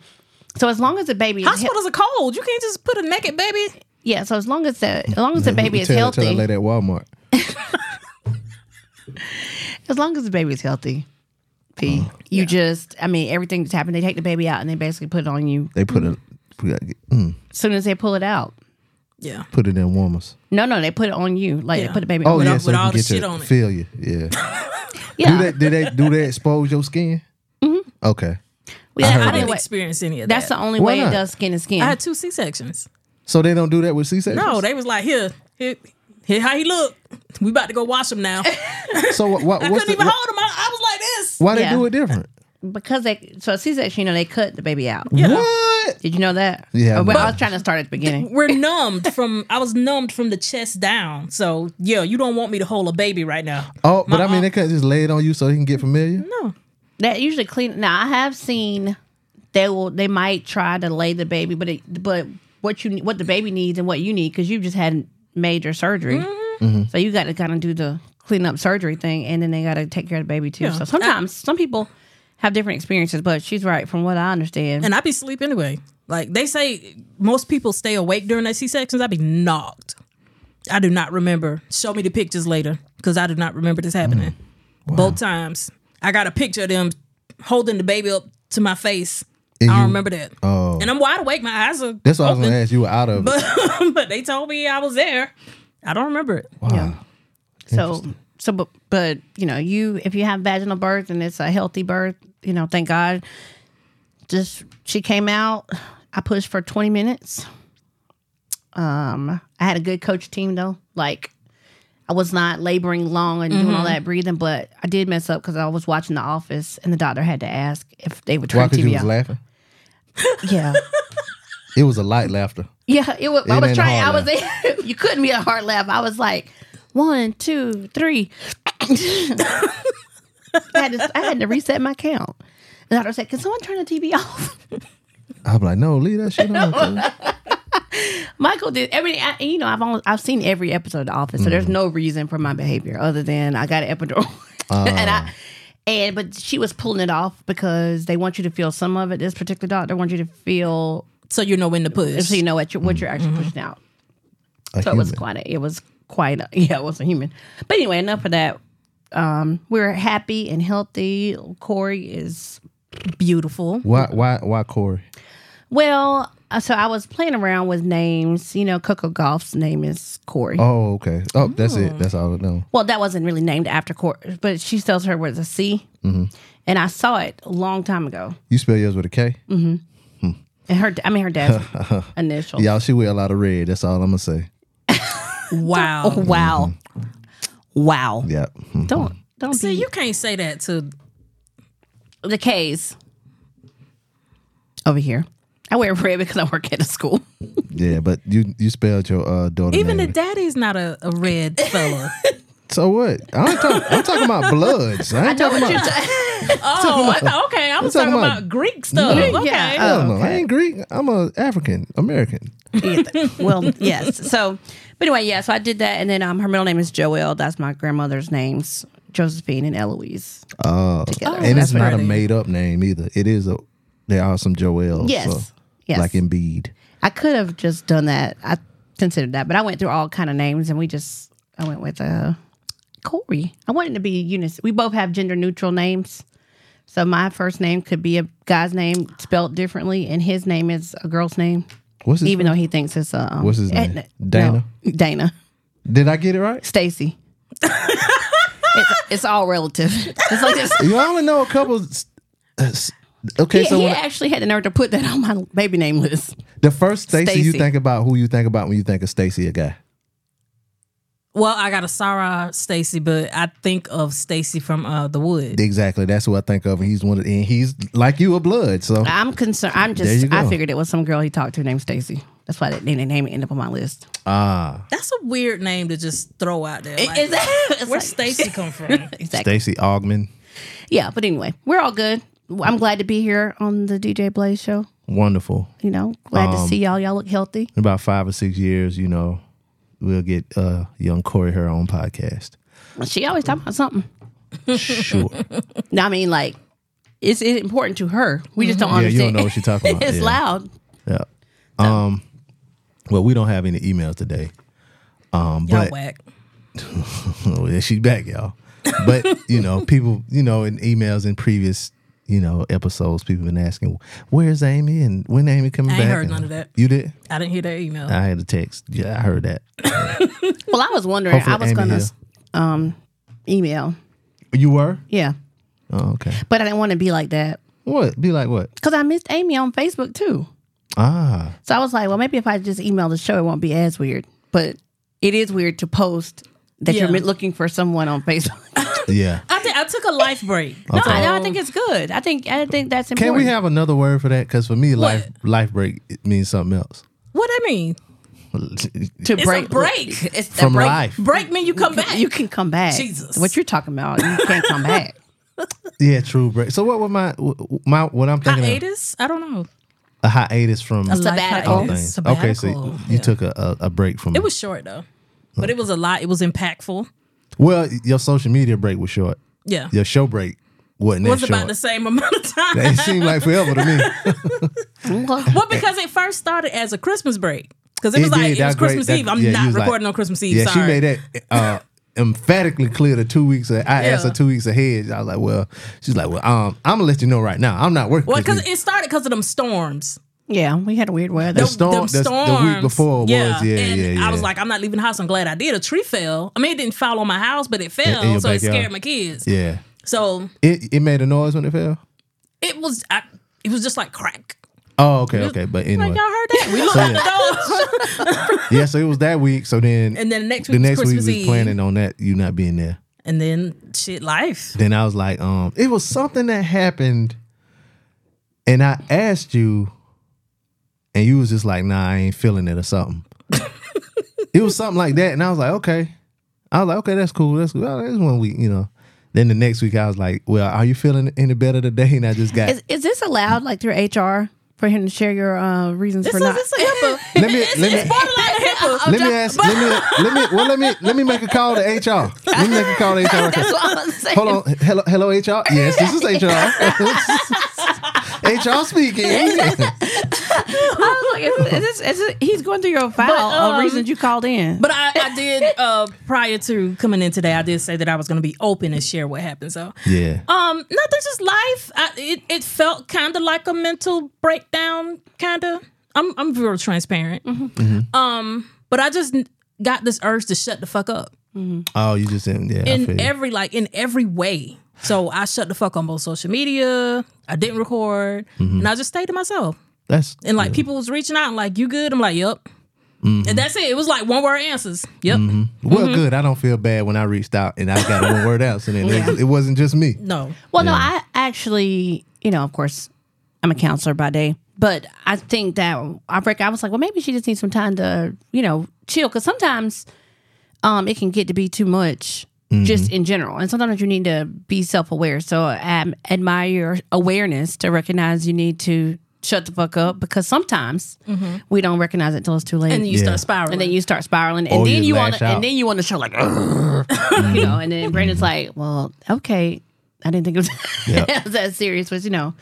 Speaker 5: so as long as the baby, is he-
Speaker 6: Hospitals are cold. You can't just put a naked baby.
Speaker 5: yeah. So as long as the as long as the baby is
Speaker 4: tell,
Speaker 5: healthy,
Speaker 4: Tell that lady at Walmart.
Speaker 5: As long as the baby's healthy, P.
Speaker 4: Mm.
Speaker 5: you just, I mean, everything that's happened, they take the baby out and they basically put it on you
Speaker 4: They put it. we gotta get- mm,
Speaker 5: as soon as they pull it out.
Speaker 6: Yeah.
Speaker 4: Put it in warmers.
Speaker 5: No, no, they put it on you. Like
Speaker 6: Yeah.
Speaker 5: they put the baby
Speaker 4: Oh
Speaker 5: on
Speaker 4: yeah,
Speaker 6: all-
Speaker 4: so
Speaker 6: with
Speaker 4: you can
Speaker 6: all the
Speaker 4: get
Speaker 6: shit
Speaker 4: to
Speaker 6: on it.
Speaker 4: feel you. Yeah.
Speaker 5: Yeah.
Speaker 4: Do that? Do they do they expose your skin? Mm-hmm. Okay.
Speaker 5: Yeah,
Speaker 4: I heard
Speaker 5: I
Speaker 4: that.
Speaker 6: I
Speaker 5: didn't
Speaker 6: didn't
Speaker 5: wa-
Speaker 6: experience any of
Speaker 5: that's
Speaker 6: that.
Speaker 5: the only
Speaker 4: Why
Speaker 5: way
Speaker 4: not?
Speaker 5: it does skin to skin.
Speaker 6: I had two C sections.
Speaker 4: So they don't do that with C-section.
Speaker 6: No, they was like, here, here, here how he look. We about to go wash him now. I
Speaker 4: So what? what what's
Speaker 6: couldn't
Speaker 4: the,
Speaker 6: even
Speaker 4: what-
Speaker 6: hold him. I, I was like this.
Speaker 4: why
Speaker 5: Yeah.
Speaker 4: they do it different?
Speaker 5: because they, so C section, you know, they cut the baby out.
Speaker 4: What?
Speaker 5: Did you know that?
Speaker 4: Yeah, I
Speaker 5: Oh, well,
Speaker 4: know.
Speaker 5: I was trying to start at the beginning.
Speaker 6: We're numbed from. I was numbed from the chest down. So yeah, you don't want me to hold a baby right now.
Speaker 4: Oh, but I mean, they could just lay it on you so he can get familiar.
Speaker 5: That usually clean. Now, I have seen they will, they might try to lay the baby, but it, but what you, what the baby needs and what you need, because you just had major surgery. So you got to kind of do the clean up surgery thing, and then they got to take care of the baby too. So sometimes some people have different experiences, but she's right from what I understand.
Speaker 6: And I be sleep anyway. Like they say, most people stay awake during their C sections. I be knocked. I do not remember. Show me the pictures later because I do not remember this happening.
Speaker 4: Mm.
Speaker 6: Both times, I got a picture of them holding the baby up to my face. I don't remember that. Oh. And I'm wide awake. My eyes are.
Speaker 4: That's what I was
Speaker 6: open.
Speaker 4: gonna ask. You were out of. it.
Speaker 6: but they told me I was there. I don't remember it.
Speaker 5: yeah. So so but but you know you if you have vaginal birth and it's a healthy birth, you know thank God. Just she came out. I pushed for twenty minutes. Um, I had a good coach team though. Like I was not laboring long and
Speaker 4: Mm-hmm.
Speaker 5: doing all that breathing, but I did mess up because I was watching The Office and the doctor had to ask if they would
Speaker 4: Why?
Speaker 5: turn
Speaker 4: Because you
Speaker 5: TV
Speaker 4: was
Speaker 5: out.
Speaker 4: laughing.
Speaker 5: yeah.
Speaker 4: It was a light laughter.
Speaker 5: Yeah, it was. I
Speaker 4: It
Speaker 5: was
Speaker 4: ain't
Speaker 5: trying. I
Speaker 4: hard
Speaker 5: was. you couldn't be a hard laugh. I was like, one, two, three. I, had to, I had to reset my count. The doctor said, "Can someone turn the TV off?"
Speaker 4: I'm like, no, leave that shit on. cuz.
Speaker 5: Michael did everything. I, you know, I've only, I've seen every episode of The Office, so there's
Speaker 4: Mm.
Speaker 5: no reason for my behavior other than I got an epidural, and
Speaker 4: Ah.
Speaker 5: I. And but she was pulling it off because they want you to feel some of it. This particular doctor wants you to feel
Speaker 6: So you know when to push.
Speaker 5: so you know what you're what
Speaker 4: Mm-hmm.
Speaker 5: you're actually pushing out.
Speaker 4: A
Speaker 5: So it was
Speaker 4: human.
Speaker 5: quite a, it was quite a, yeah, it was a human. But anyway, enough of that. Um, we're happy and healthy. Corey is beautiful.
Speaker 4: Why? Why? Why Corey?
Speaker 5: Well, uh, so I was playing around with names. You know, Coco Golf's name is Corey.
Speaker 4: Oh, okay. Oh, that's it.
Speaker 6: Mm.
Speaker 4: That's all I know.
Speaker 5: Well, that wasn't really named after Corey, but she sells her with a C.
Speaker 4: Mm-hmm.
Speaker 5: And I saw it a long time ago.
Speaker 4: You spell yours with a K?
Speaker 6: Mm.
Speaker 5: And her, I mean, her dad's initial.
Speaker 4: Y'all, she wear a lot of red. That's all I'm gonna say.
Speaker 6: Wow.
Speaker 5: Oh, wow. Wow.
Speaker 4: Mm-hmm. Yeah. Hmm.
Speaker 5: Don't don't
Speaker 6: See,
Speaker 5: be
Speaker 6: you can't say that to
Speaker 5: the K's over here. I wear red because I work at a school.
Speaker 4: Yeah, but you you spelled your uh, daughter.
Speaker 6: even the
Speaker 4: name.
Speaker 6: daddy's not a, a red fella.
Speaker 4: so what? I ain't talk, I'm talking about bloods. I ain't talking about.
Speaker 6: oh, I thought, okay. I was
Speaker 4: talking
Speaker 6: talking
Speaker 4: about-
Speaker 6: about, Greek stuff. Okay. Oh,
Speaker 5: Yeah.
Speaker 4: Oh, I
Speaker 5: Oh,
Speaker 4: don't know. I ain't Greek. I'm a African American.
Speaker 5: well, yes. So, but anyway, yeah. So I did that, and then um, her middle name is Joelle. That's my grandmother's names, Josephine and Eloise.
Speaker 4: Oh, and
Speaker 5: That's
Speaker 4: it's not a
Speaker 6: pretty.
Speaker 4: made up name either. It is a. There are some Joels.
Speaker 5: Yes.
Speaker 4: so,
Speaker 5: Yes.
Speaker 4: Like Embiid.
Speaker 5: I could have just done that. I considered that, but I went through all kind of names, and we just I went with uh Corey. I wanted to be unisex. We both have gender neutral names, so my first name could be a guy's name spelled differently, and his name is a girl's name,
Speaker 4: What's his
Speaker 5: even though he thinks it's a um,
Speaker 4: What's his name?
Speaker 5: Edna-
Speaker 4: Dana?
Speaker 5: no, Dana.
Speaker 4: Did I get it right?
Speaker 5: Stacy. it's, it's all relative. It's like this.
Speaker 4: You only know a couple. s- uh, s- Okay,
Speaker 5: He,
Speaker 4: so
Speaker 5: he
Speaker 4: when,
Speaker 5: actually had the nerve to put that on my baby name list.
Speaker 4: the first Stacy you
Speaker 5: Stacy.
Speaker 4: think about, who you think about when you think of Stacy, a guy.
Speaker 6: Well, I got a Sarah Stacy, but I think of Stacy from uh, The Wood.
Speaker 4: Exactly, that's who I think of. And he's one of, and he's like you, a blood. So
Speaker 5: I'm concerned. I'm
Speaker 4: There you
Speaker 5: just.
Speaker 4: go.
Speaker 5: I figured it was some girl he talked to named Stacy. That's why that name name ended up on my list.
Speaker 4: ah,
Speaker 6: That's a weird name to just throw out there. Like,
Speaker 5: Is that- it's
Speaker 6: where
Speaker 5: like-
Speaker 6: Stacy come from?
Speaker 5: Exactly.
Speaker 4: Stacy Ogman,
Speaker 5: Yeah, but anyway, we're all good. I'm glad to be here on the DJ Blaze show.
Speaker 4: wonderful.
Speaker 5: You know, glad to see
Speaker 4: Um,
Speaker 5: y'all. Y'all look healthy.
Speaker 4: In about five or six years, you know, we'll get uh young Corey her own podcast.
Speaker 5: She always talking about something.
Speaker 4: Sure,
Speaker 5: No, I mean, like it's, it's important to her. We just don't
Speaker 4: yeah,
Speaker 5: understand.
Speaker 4: you don't know what she's talking about.
Speaker 5: it's
Speaker 4: yeah.
Speaker 5: loud.
Speaker 4: Yeah. Um. Well, we don't have any emails today. Um.
Speaker 6: Y'all
Speaker 4: But
Speaker 6: whack.
Speaker 4: Oh, yeah, she's back, y'all. But you know, people, you know, in emails in previous, you know, episodes, people been asking, "Where's Amy?" and "When Amy coming
Speaker 6: I ain't
Speaker 4: back?"
Speaker 6: heard
Speaker 4: And-
Speaker 6: none of that.
Speaker 4: You did?
Speaker 6: I didn't hear that email.
Speaker 4: I had a text. Yeah, I heard that.
Speaker 5: Well, I was wondering.
Speaker 4: Hopefully
Speaker 5: I was
Speaker 4: Amy
Speaker 5: gonna
Speaker 4: here.
Speaker 5: um email.
Speaker 4: You were?
Speaker 5: Yeah,
Speaker 4: Oh, okay.
Speaker 5: but I didn't want to be like that
Speaker 4: What? Be like what?
Speaker 5: because I missed Amy on Facebook too.
Speaker 4: Ah,
Speaker 5: So I was like, well, maybe if I just email the show, it won't be as weird. But it is weird to post that
Speaker 6: Yeah.
Speaker 5: you're mi- looking for someone on Facebook.
Speaker 4: yeah.
Speaker 6: I, thi- I took a life break.
Speaker 5: No, I, no, I think it's good. I think I think that's
Speaker 4: Can
Speaker 5: important.
Speaker 4: we have another word for that? Because for me, life life break it means something else.
Speaker 6: What I mean?
Speaker 5: to
Speaker 6: It's
Speaker 5: break
Speaker 6: a break.
Speaker 5: It's a
Speaker 4: From
Speaker 5: break.
Speaker 4: life,
Speaker 6: Break me, you come back.
Speaker 5: You can come back.
Speaker 6: Jesus.
Speaker 5: What you're talking about? You can't come back.
Speaker 4: yeah, true break. So what would my my what I'm thinking of,
Speaker 6: hiatus? I don't know.
Speaker 4: a hiatus from
Speaker 5: life Sabbatical.
Speaker 4: all things. Okay, so
Speaker 6: Sabbatical.
Speaker 4: you, you took a, a, a break from
Speaker 6: It was short though, but it was a lot. It was impactful.
Speaker 4: well, your social media break was short.
Speaker 6: Yeah,
Speaker 4: your show break wasn't
Speaker 6: it was
Speaker 4: that
Speaker 6: about
Speaker 4: short.
Speaker 6: the same amount of time.
Speaker 4: it seemed like forever to me.
Speaker 6: well, because it first started as a Christmas break. Because it
Speaker 4: It
Speaker 6: was like
Speaker 4: did,
Speaker 6: it was
Speaker 4: that great-
Speaker 6: Christmas
Speaker 4: that-
Speaker 6: Eve. I'm
Speaker 4: yeah, you
Speaker 6: not
Speaker 4: was like-
Speaker 6: recording on Christmas Eve.
Speaker 4: yeah,
Speaker 6: sorry.
Speaker 4: she made that uh, emphatically clear the two weeks. a- I asked her
Speaker 6: Yeah.
Speaker 4: two weeks ahead. I was like, well, she's like, well, um, I'm gonna let you know right now. I'm not working.
Speaker 6: Well, because
Speaker 4: this week.
Speaker 6: it started because of them storms.
Speaker 5: Yeah, we had weird weather.
Speaker 4: the storm,
Speaker 6: them
Speaker 4: the,
Speaker 6: storms.
Speaker 4: the week before was, yeah, yeah,
Speaker 6: and
Speaker 4: yeah.
Speaker 6: I was like, I'm not leaving the house. I'm glad I did. A tree fell. I mean, it didn't fall on my house, but it
Speaker 4: In-
Speaker 6: fell,
Speaker 4: in your
Speaker 6: so it
Speaker 4: backyard.
Speaker 6: scared my kids.
Speaker 4: yeah.
Speaker 6: So
Speaker 4: It it made a noise when it fell.
Speaker 6: it was, I, it was just like crack.
Speaker 4: Oh, okay, okay. But anyway,
Speaker 6: Like y'all heard that? We looked
Speaker 4: So,
Speaker 6: at the door,
Speaker 4: yeah. So it was that week. So then,
Speaker 6: and then next week,
Speaker 4: the
Speaker 6: was
Speaker 4: next week
Speaker 6: Christmas
Speaker 4: was
Speaker 6: Eve,
Speaker 4: planning on that you not being there.
Speaker 6: and then shit, life.
Speaker 4: then I was like, um, it was something that happened, and I asked you, and you was just like, nah, I ain't feeling it or something. it was something like that, and I was like, okay. I was like, okay, that's cool, that's cool. Oh, that's one week, you know. Then the next week, I was like, well, are you feeling any better today? And I just got.
Speaker 5: Is, is this allowed? Like through HR for him to share your uh, reasons
Speaker 6: This
Speaker 5: for
Speaker 6: is
Speaker 5: not?
Speaker 6: it's a HIPAA.
Speaker 4: let me let me
Speaker 6: It's borderline a HIPAA.
Speaker 4: let me ask let me let me well let me let me make a call to HR. Let me make a call to HR. right
Speaker 5: That's
Speaker 4: quick.
Speaker 5: what I'm saying.
Speaker 4: Hold on. Hello, hello, HR. Yes, this is HR. HR speaking.
Speaker 5: I was like, is, is this, is it, he's going through your file of
Speaker 6: um,
Speaker 5: reasons you called in.
Speaker 6: But I, I did uh, prior to coming in today. I did say that I was going to be open and share what happened. So
Speaker 4: Yeah.
Speaker 6: Um, nothing, just life. I, it it felt kind of like a mental breakdown, kind of. I'm I'm real transparent.
Speaker 4: Mm-hmm.
Speaker 6: Um, but I just n- got this urge to shut the fuck up
Speaker 4: Oh, you just in yeah. I feel
Speaker 6: in
Speaker 4: you.
Speaker 6: every like in every way. So I shut the fuck on both social media. I didn't record,
Speaker 4: Mm-hmm.
Speaker 6: and I just stayed to myself.
Speaker 4: That's
Speaker 6: And like people was reaching out and like, "You good?" I'm like, "Yep."
Speaker 4: Mm-hmm.
Speaker 6: And that's it. It was like one word answers. Yep.
Speaker 4: well,
Speaker 6: Mm-hmm.
Speaker 4: good. I don't feel bad when I reached out and I got one word out, so then it, it wasn't just me.
Speaker 6: No.
Speaker 5: Well, no, I actually, you know, of course, I'm a counselor by day, but I think that I break. I was like, well, maybe she just needs some time to, you know, chill because sometimes, um, it can get to be too much. Just in general, and sometimes you need to be self-aware. So I um, admire your awareness to recognize you need to shut the fuck up because sometimes we don't recognize it until it's too late,
Speaker 6: And then you
Speaker 4: Yeah.
Speaker 6: start spiraling.
Speaker 5: and then you start spiraling, and
Speaker 4: Or
Speaker 5: then
Speaker 4: Oh, you
Speaker 5: you want
Speaker 4: lash
Speaker 5: to,
Speaker 4: out.
Speaker 5: and then you want to show like, "Ugh," you know, and then Brandon's like, well, okay, I didn't think it was,
Speaker 4: Yeah.
Speaker 5: it was that serious, but you know,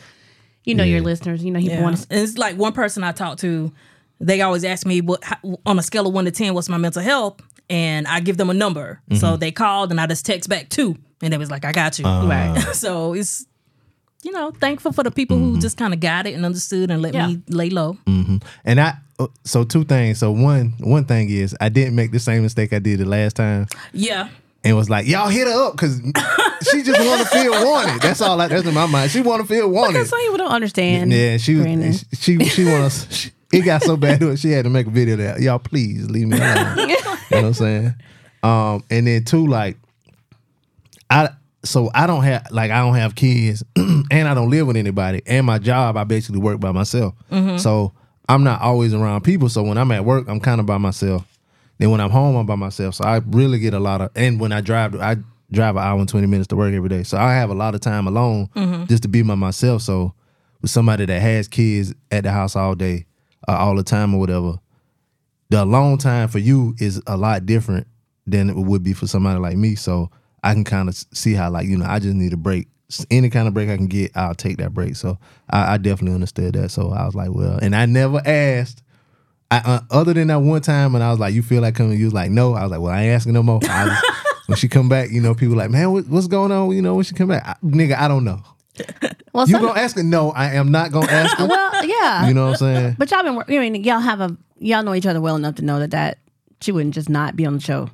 Speaker 5: you know your listeners, you know, he
Speaker 6: Yeah.
Speaker 5: wants.
Speaker 6: And it's like one person I talked to, they always ask me what how, on a scale of one to ten, what's my mental health, and I give them a number. So
Speaker 4: Mm-hmm.
Speaker 6: they called, and I just text back two, and they was like, "I got you."
Speaker 4: Ah.
Speaker 5: Right.
Speaker 6: so it's you know thankful for the people
Speaker 4: Mm-hmm.
Speaker 6: who just kind of got it and understood and let
Speaker 5: Yeah.
Speaker 6: me lay low.
Speaker 4: Mm. And I uh, so two things. So one one thing is I didn't make the same mistake I did the last time
Speaker 6: Yeah.
Speaker 4: and was like, y'all hit her up because she just want to feel wanted. That's all. I, that's in my mind. She want to feel wanted.
Speaker 5: Some people don't understand.
Speaker 4: Yeah, she
Speaker 5: Brandon.
Speaker 4: was. She she wants. She, it got so bad to it. She had to make a video that y'all please leave me alone. you know what I'm saying? Um, and then two, like, I so I don't have like I don't have kids, and I don't live with anybody, and my job I basically work by myself. So I'm not always around people. So when I'm at work, I'm kind of by myself. Then when I'm home, I'm by myself. So I really get a lot of, and when I drive, I drive an hour and 20 minutes to work every day. So I have a lot of time alone just to be by myself. So with somebody that has kids at the house all day, uh, all the time or whatever, the alone time for you is a lot different than it would be for somebody like me. So I can kind of see how, like, you know, I just need a break. S- Any kind of break I can get, I'll take that break. So I, I definitely understood that. So I was like, well, and I never asked. I, uh, other than that one time, and I was like, "You feel like coming?" You was like, "No." I was like, "Well, I ain't asking no more." I was, when she come back, you know, people like, "Man, what, what's going on?" You know, when she come back, I, nigga, I don't know.
Speaker 5: Well,
Speaker 4: You
Speaker 5: some,
Speaker 4: gonna ask her? No, I am not gonna ask her.
Speaker 5: well, yeah,
Speaker 4: You know what I'm saying?
Speaker 5: but y'all been. wor- I mean, y'all have a y'all know each other well enough to know that that she wouldn't just not be on the show.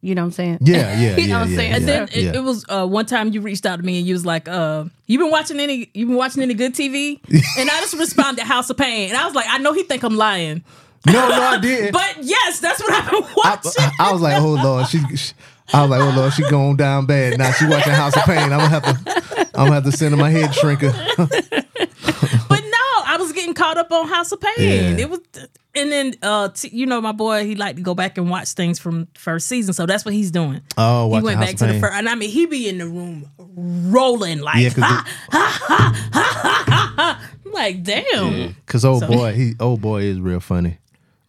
Speaker 5: You know what I'm saying?
Speaker 4: Yeah, yeah,
Speaker 5: You know
Speaker 4: yeah,
Speaker 5: what I'm
Speaker 4: yeah,
Speaker 5: saying?
Speaker 4: yeah,
Speaker 5: And
Speaker 6: Then it,
Speaker 4: yeah.
Speaker 6: it was uh, one time you reached out to me and you was like, uh, "You been watching any? You been watching any good TV?" and I just responded, "House of Pain," and I was like, "I know he think I'm lying,
Speaker 4: no, no, I did.
Speaker 6: but yes, that's what I've been
Speaker 4: I,
Speaker 6: watching."
Speaker 4: I was like, "Oh Lord," she, she. I was like, "Oh Lord," she going down bad. Now she watching House of Pain. I'm gonna have to. I'm gonna have to send her my head shrinker.
Speaker 6: but no, I was getting caught up on House of Pain.
Speaker 4: Yeah.
Speaker 6: It was, and then uh, t- you know, my boy, he liked to go back and watch things from first season, so that's what he's doing.
Speaker 4: Oh,
Speaker 6: he
Speaker 4: watching
Speaker 6: went
Speaker 4: House
Speaker 6: back
Speaker 4: of
Speaker 6: to the
Speaker 4: Pain.
Speaker 6: first, and I mean, he be in the room rolling like, ah,
Speaker 4: Yeah, because
Speaker 6: I'm like, damn,
Speaker 4: Cause old boy, he old boy is real funny.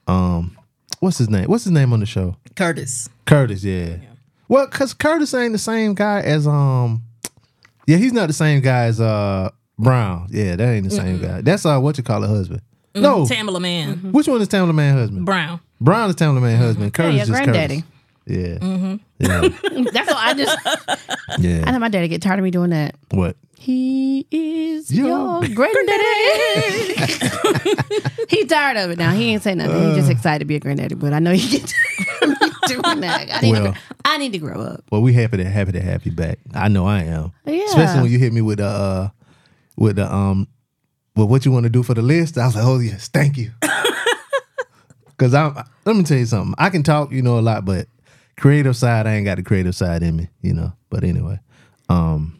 Speaker 4: Um, what's his name? What's his name on the show?
Speaker 6: Curtis.
Speaker 4: Curtis, yeah. Well, cause Curtis ain't the same guy as um, yeah, he's not the same guy as uh Brown. Yeah, that ain't the same guy. That's uh, what you call a husband. No,
Speaker 6: Tamala Man
Speaker 5: Mm-hmm.
Speaker 4: which one is Tamla Man husband?
Speaker 6: Brown.
Speaker 4: Brown is Tamla Man husband. Curtis
Speaker 5: your
Speaker 4: is
Speaker 5: granddaddy.
Speaker 4: Curtis. Yeah, yeah,
Speaker 5: That's what I just. I
Speaker 4: yeah.
Speaker 5: know my daddy get tired of me doing that.
Speaker 4: What?
Speaker 5: He is
Speaker 4: Your
Speaker 5: your, granddaddy. He's tired of it now. He ain't saying nothing. He's
Speaker 4: Uh.
Speaker 5: just excited to be a granddaddy. But I know he gets tired of me doing that. I need, to,
Speaker 4: Well.
Speaker 5: gr- I need to grow up.
Speaker 4: Well, we happy to happy to have you back. I know I am.
Speaker 5: Yeah.
Speaker 4: Especially when you hit me with the uh with the um with what you want to do for the list. I was like, oh yes, thank you. Cause I'm let me tell you something. I can talk, you know, a lot, but creative side, I ain't got the creative side in me, you know. But anyway. Um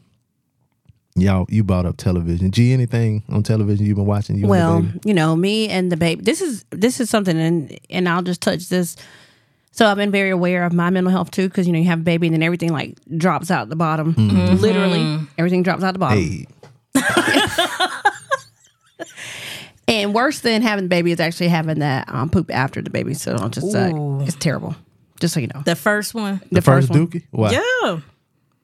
Speaker 4: y'all you brought up television. G anything on television you've been watching? You and the
Speaker 5: well
Speaker 4: baby?
Speaker 5: you know me and the baby this is this is something and and i'll just touch this so i've been very aware of my mental health too because you know you have a baby and then everything like drops out the bottom literally everything drops out the bottom
Speaker 4: Mm-hmm. Hey.
Speaker 5: and worse than having the baby is actually having that um, poop after the baby so I'll just uh, it's terrible just so you know
Speaker 6: The first one.
Speaker 4: the, first,
Speaker 5: one.
Speaker 4: Dookie? Why?
Speaker 6: Yeah.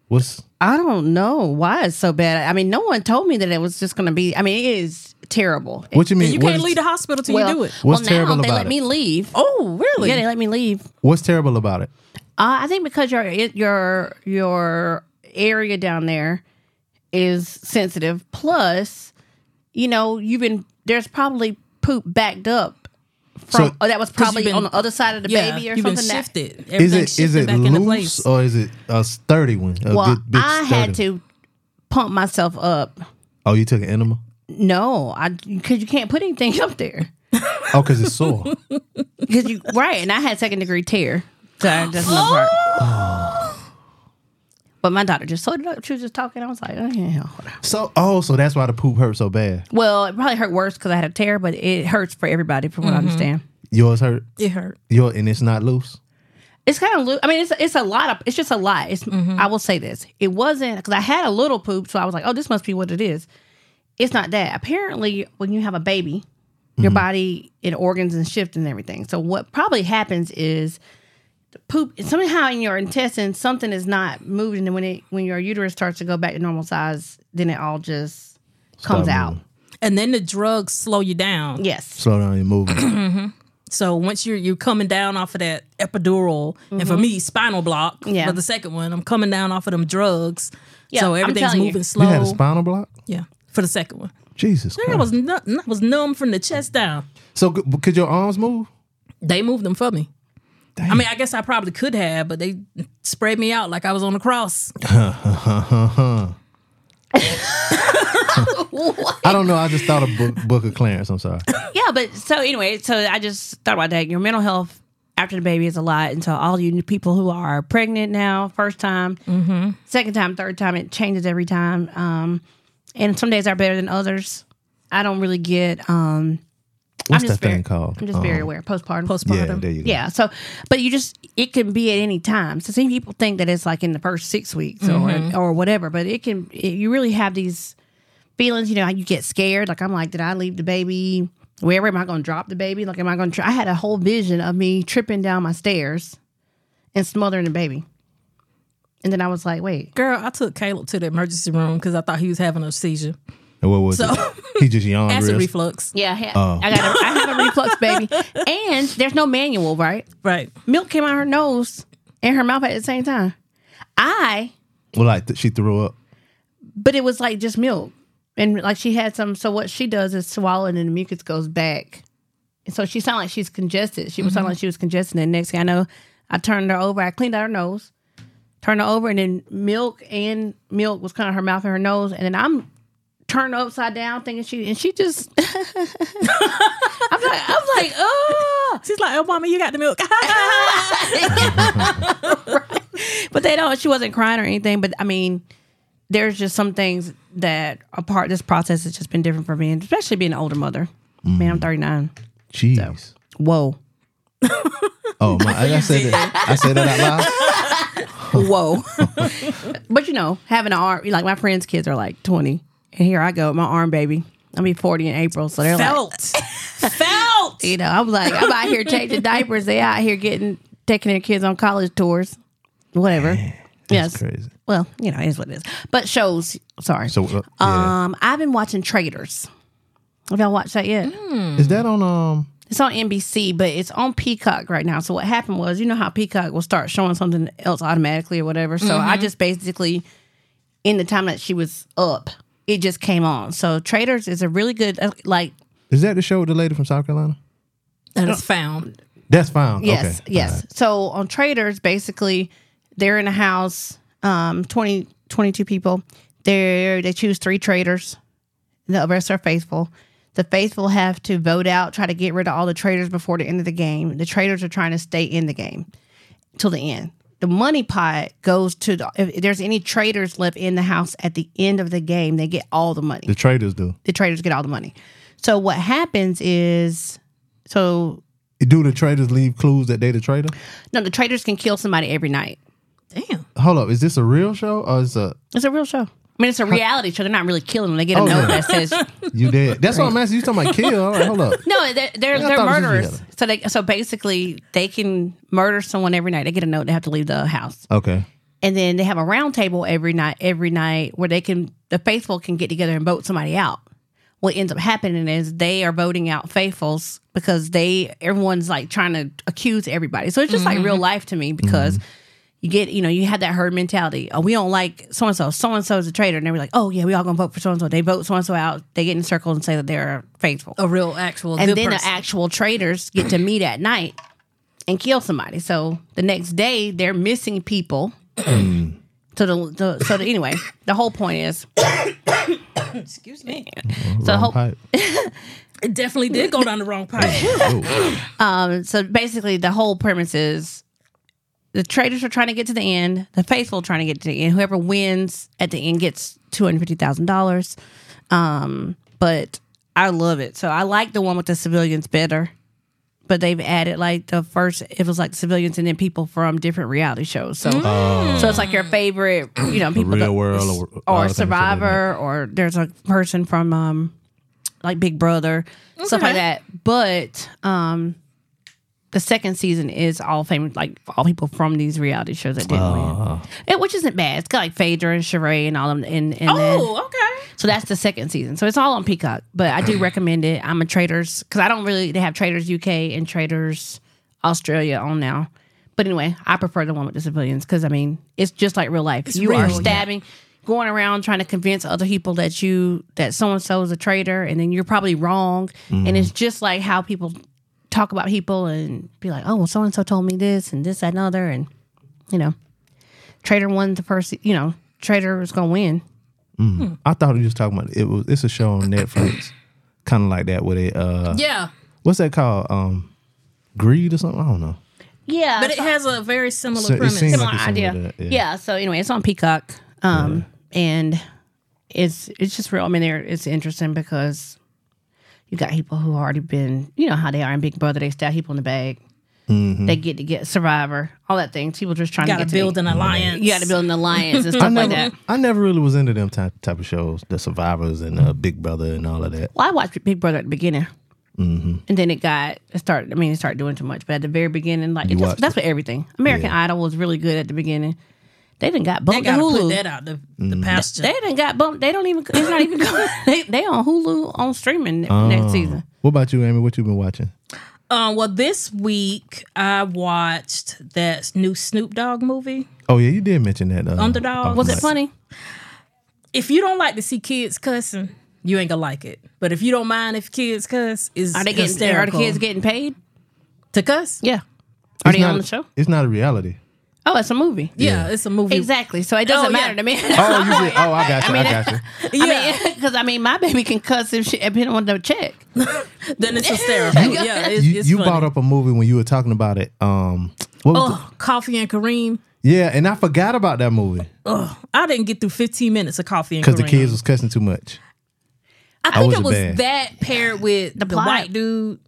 Speaker 4: What's
Speaker 5: i don't know why it's so bad i mean no one told me that it was just gonna be i mean it is terrible
Speaker 4: what you mean?
Speaker 6: You
Speaker 4: what
Speaker 6: can't
Speaker 4: is-
Speaker 6: leave the hospital till you do it.
Speaker 4: What's
Speaker 5: well,
Speaker 4: terrible
Speaker 5: now they
Speaker 4: about
Speaker 5: let
Speaker 4: it?
Speaker 5: me leave
Speaker 6: Oh, really?
Speaker 5: yeah they let me leave
Speaker 4: What's terrible about it?
Speaker 5: Uh, I think because your it- your your area down there is sensitive. Plus, you know, you've been there's probably poop backed up from
Speaker 4: So-
Speaker 5: oh, that was
Speaker 6: 'Cause you've
Speaker 5: probably
Speaker 6: been-
Speaker 5: on the other side of the
Speaker 6: yeah,
Speaker 5: baby or
Speaker 6: you've
Speaker 5: something.
Speaker 6: been
Speaker 5: that-
Speaker 6: shifted.
Speaker 4: Is
Speaker 6: Everything's
Speaker 4: it is
Speaker 6: shifted
Speaker 4: it
Speaker 6: back into place.
Speaker 4: loose or is it a sturdy one? A
Speaker 5: Well,
Speaker 4: good, big
Speaker 5: I had
Speaker 4: sturdy one?
Speaker 5: to pump myself up.
Speaker 4: Oh, you took an enema?
Speaker 5: No, I because you can't put anything up there
Speaker 4: Oh, because it's sore.
Speaker 5: because you right. And I had second degree tear, so that's another part. Oh. But my daughter just sewed it up. She was just talking. I was like, oh, yeah.
Speaker 4: so oh, so that's why the poop hurt so bad.
Speaker 5: Well, it probably hurt worse because I had a tear, but it hurts for everybody, from what I understand.
Speaker 4: Yours hurt.
Speaker 6: It hurt.
Speaker 4: Your and it's not loose.
Speaker 5: It's kind of, loo- I mean, it's it's a lot of, it's just a lot. It's, I will say this: it wasn't because I had a little poop, so I was like, oh, this must be what it is. It's not that. Apparently, when you have a baby, your
Speaker 4: Mm-hmm.
Speaker 5: body and organs and shift and everything. So what probably happens is the poop somehow in your intestines something is not moving, and then when it when your uterus starts to go back to normal size, then it all just comes
Speaker 4: Stop
Speaker 5: out.
Speaker 4: moving.
Speaker 6: And then the drugs slow you down.
Speaker 5: Yes.
Speaker 4: Slow down your movement.
Speaker 6: So once you're you're coming down off of that epidural, and for me, spinal block
Speaker 5: Mm-hmm. Yeah.
Speaker 6: for the second one, I'm coming down off of them drugs.
Speaker 5: Yeah,
Speaker 6: so
Speaker 5: I'm
Speaker 6: everything's
Speaker 5: telling you.
Speaker 6: moving
Speaker 4: you had a
Speaker 6: slow.
Speaker 4: spinal block.
Speaker 6: yeah, for the second one,
Speaker 4: Jesus
Speaker 6: I
Speaker 4: Christ.
Speaker 6: was nu- I was numb from the chest down.
Speaker 4: so c- could your arms move?
Speaker 6: They moved them for me. I mean, I guess I probably could have, but they spread me out like I was on a cross.
Speaker 4: I don't know. I just thought of book, book of Clarence. I'm sorry.
Speaker 5: Yeah, but so anyway, so I just thought about that. Your mental health after the baby is a lot, and so all you new people who are pregnant now, first time, second time, third time, it changes every time. Um, and some days are better than others. I don't really get. Um,
Speaker 4: What's
Speaker 5: I'm
Speaker 4: that
Speaker 5: just very,
Speaker 4: thing called? Um,
Speaker 5: I'm just very aware. Postpartum.
Speaker 4: Yeah,
Speaker 6: Postpartum.
Speaker 4: there you go.
Speaker 5: Yeah. So, but you just it can be at any time. So some people think that it's like in the first six weeks or or whatever, but it can. It, you really have these feelings. You know, you get scared. Like I'm like, did I leave the baby? Wherever am I going to drop the baby? Like, am I going to? Tri-? I had a whole vision of me tripping down my stairs and smothering the baby. And then I was like, wait,
Speaker 6: Girl, I took Caleb to the emergency room because I thought he was having a seizure,
Speaker 4: And what was
Speaker 6: So-
Speaker 4: it? He just yawned.
Speaker 6: acid
Speaker 4: real-
Speaker 6: reflux.
Speaker 5: yeah, I, I got, a, I have a reflux baby, and there's no manual, right?
Speaker 6: Right.
Speaker 5: Milk came out her nose and her mouth at the same time. I
Speaker 4: Well, like th- she threw up.
Speaker 5: but it was like just milk and like she had some so what she does is swallow and then the mucus goes back and so she sounded like she's congested she was sounding like she was congested and next thing i know i turned her over i cleaned out her nose turned her over and then milk and milk was kind of her mouth and her nose and then i'm turned upside down thinking she and she just i'm like i'm like oh
Speaker 6: She's like, "Oh, mama, you got the milk."
Speaker 5: but they don't she wasn't crying or anything but i mean there's just some things that a part this process has just been different for me and especially being an older mother man i'm 39
Speaker 4: Jeez.
Speaker 5: whoa
Speaker 4: Oh my! I said that. I said that out
Speaker 5: whoa but you know having an arm like my friends kids are like 20 and here i go with my arm baby i'll be 40 in april so they're like
Speaker 6: felt, felt.
Speaker 5: you know i'm like i'm out here changing diapers they out here getting taking their kids on college tours whatever yes
Speaker 4: crazy.
Speaker 5: well you know it is what it is but shows sorry
Speaker 4: loud. So uh, yeah.
Speaker 5: Um, I've been watching Traders. Have y'all watched that yet?
Speaker 4: is that on um?
Speaker 5: It's on NBC, but it's on Peacock right now. So what happened was, you know how Peacock will start showing something else automatically or whatever. So I just basically, in the time that she was up, it just came on. So Traders is a really good uh, like.
Speaker 4: Is that the show with the lady from South Carolina?
Speaker 6: And it's found.
Speaker 4: That's found.
Speaker 5: Yes,
Speaker 4: okay.
Speaker 5: yes. So on Traders, basically, they're in a house, um, 20, 22 people. They they choose three traders. The rest are faithful. The faithful have to vote out, try to get rid of all the traders before the end of the game. The traders are trying to stay in the game till the end. The money pot goes to the, if there's any traders left in the house at the end of the game, they get all the money
Speaker 4: The traders do.
Speaker 5: the traders get all the money. So what happens is, so
Speaker 4: Do the traders leave clues that they the trader?
Speaker 5: no, the traders can kill somebody every night.
Speaker 6: Damn.
Speaker 4: Hold up. Is this a real show or is a
Speaker 5: It's a real show. I mean, it's a reality show. They're not really killing them. They get a
Speaker 4: Oh,
Speaker 5: note
Speaker 4: yeah.
Speaker 5: that says
Speaker 4: you dead? That's what I'm asking. You talking about kill? All right, hold up.
Speaker 5: no. They're they're,
Speaker 4: Yeah, I thought it was
Speaker 5: they're
Speaker 4: just
Speaker 5: murderers.
Speaker 4: reality.
Speaker 5: So they so basically they can murder someone every night. They get a note. They have to leave the house,
Speaker 4: Okay.
Speaker 5: and then they have a round table every night. Every night where they can the faithful can get together and vote somebody out. What ends up happening is they are voting out faithfuls because they everyone's like trying to accuse everybody. So it's just like real life to me because you get, you know, you had that herd mentality. Oh, we don't like so and so. So and so is a traitor, and they were like, oh yeah, we all gonna vote for so and so. They vote so and so out. They get in a circle and say that they're faithful,
Speaker 6: a real actual
Speaker 5: and
Speaker 6: good
Speaker 5: then the
Speaker 6: person.
Speaker 5: actual traitors get to meet at night and kill somebody. So the next day they're missing people. so the, the so the, anyway, the whole point is
Speaker 6: Excuse me.
Speaker 5: so the
Speaker 4: Wrong
Speaker 5: whole,
Speaker 4: pipe.
Speaker 6: It definitely did go down the wrong path.
Speaker 4: Oh,
Speaker 5: so basically the whole premise is the traders are trying to get to the end, the faithful are trying to get to the end. Whoever wins at the end gets two hundred fifty thousand dollars. Um, but I love it. So I like the one with the civilians better. But they've added like the first it was like civilians and then people from different reality shows. So so it's like your favorite, you know, people
Speaker 4: Mm. Real
Speaker 5: that-
Speaker 4: World or-
Speaker 5: or,
Speaker 4: or something like
Speaker 5: Survivor or there's a person from um like Big Brother, stuff like that. But um the second season is all famous, like all people from these reality shows that didn't win, It- which isn't bad. It's got like Phaedra and Sheree and all of them. And, and then,
Speaker 6: Oh, okay.
Speaker 5: so that's the second season. So it's all on Peacock, but I do recommend it. I'm a Traders because I don't really they have Traders UK and Traders Australia on now. But anyway, I prefer the one with the civilians because I mean it's just like real life. you are
Speaker 6: real, yeah.
Speaker 5: stabbing, going around trying to convince other people that you that so and so is a traitor, and then you're probably wrong.
Speaker 6: Mm-hmm.
Speaker 5: And it's just like how people talk about people and be like, oh well, so and so told me this and this that and other, and you know, traitor won the first. You know, traitor was gonna win.
Speaker 4: I thought you was talking about it was. It's a show on Netflix, kind of like that. With it, uh,
Speaker 6: Yeah.
Speaker 4: what's that called? Um, greed or something. I don't know.
Speaker 5: Yeah,
Speaker 6: But it has a very similar
Speaker 4: So it
Speaker 6: premise.
Speaker 4: seemed
Speaker 5: similar
Speaker 4: like it's similar
Speaker 5: idea.
Speaker 4: to that,
Speaker 5: yeah.
Speaker 4: yeah.
Speaker 5: So anyway, it's on Peacock, um, and it's it's just real. I mean, there it's interesting because you got people who already been, you know, how they are in Big Brother. They stab people in the bag.
Speaker 4: Mm-hmm.
Speaker 5: They get to get Survivor, all that things. People just trying
Speaker 6: got
Speaker 5: to
Speaker 6: to
Speaker 5: get
Speaker 6: build
Speaker 5: to
Speaker 4: Mm-hmm.
Speaker 6: an alliance.
Speaker 5: the, You got to build an alliance and
Speaker 4: I
Speaker 5: stuff like
Speaker 4: never,
Speaker 5: that.
Speaker 4: I never really was into them type, type of shows, the Survivors and uh, Big Brother and all of that.
Speaker 5: Well, I watched Big Brother at the beginning.
Speaker 4: Mm-hmm.
Speaker 5: And then it got it started. I mean, it started doing too much, but at the very beginning, like it just,
Speaker 4: watched
Speaker 5: that's what everything. American Idol was really good at the beginning. They didn't got bumped
Speaker 6: They
Speaker 5: to
Speaker 6: got to
Speaker 5: Hulu.
Speaker 6: put that out the, the
Speaker 4: Mm-hmm.
Speaker 6: pasture.
Speaker 5: They didn't got bumped. They don't even. It's not even. going- they they on Hulu on streaming
Speaker 4: Oh.
Speaker 5: next season.
Speaker 4: What about you, Amy? What you been watching?
Speaker 6: Um, well, this week I watched that new Snoop Dogg movie.
Speaker 4: Oh yeah, you did mention that. Uh,
Speaker 6: Underdog.
Speaker 4: off
Speaker 5: Was it
Speaker 4: mic.
Speaker 5: funny?
Speaker 6: If you don't like to see kids cussing, you ain't gonna like it. But if you don't mind if kids cuss, is
Speaker 5: Are they getting? Are the
Speaker 6: hysterical.
Speaker 5: kids getting paid?
Speaker 6: to cuss?
Speaker 5: Yeah. Are
Speaker 4: It's
Speaker 5: they
Speaker 4: not
Speaker 5: on
Speaker 4: a-
Speaker 5: the show?
Speaker 4: It's not a reality.
Speaker 5: Oh, it's a movie.
Speaker 6: Yeah, it's a movie.
Speaker 5: Exactly. So it doesn't
Speaker 6: Oh, yeah.
Speaker 5: matter to me.
Speaker 4: Oh, you did. Oh, I got you. I got you.
Speaker 6: Yeah,
Speaker 5: I mean, because I mean, my baby can cuss if she if he don't want to check.
Speaker 6: then it's hysterical. yeah, it's,
Speaker 4: You,
Speaker 6: it's
Speaker 4: you
Speaker 6: funny.
Speaker 4: brought up a movie when you were talking about it. Um, what was
Speaker 6: Oh, Coffee and Kareem.
Speaker 4: the- yeah, and I forgot about that movie
Speaker 6: I didn't get through 15 minutes of Coffee and
Speaker 4: because
Speaker 6: Kareem.
Speaker 4: the kids was cussing too much.
Speaker 6: I think
Speaker 4: was
Speaker 6: it was
Speaker 4: bad.
Speaker 6: that paired with the,
Speaker 5: plot.
Speaker 6: white dude.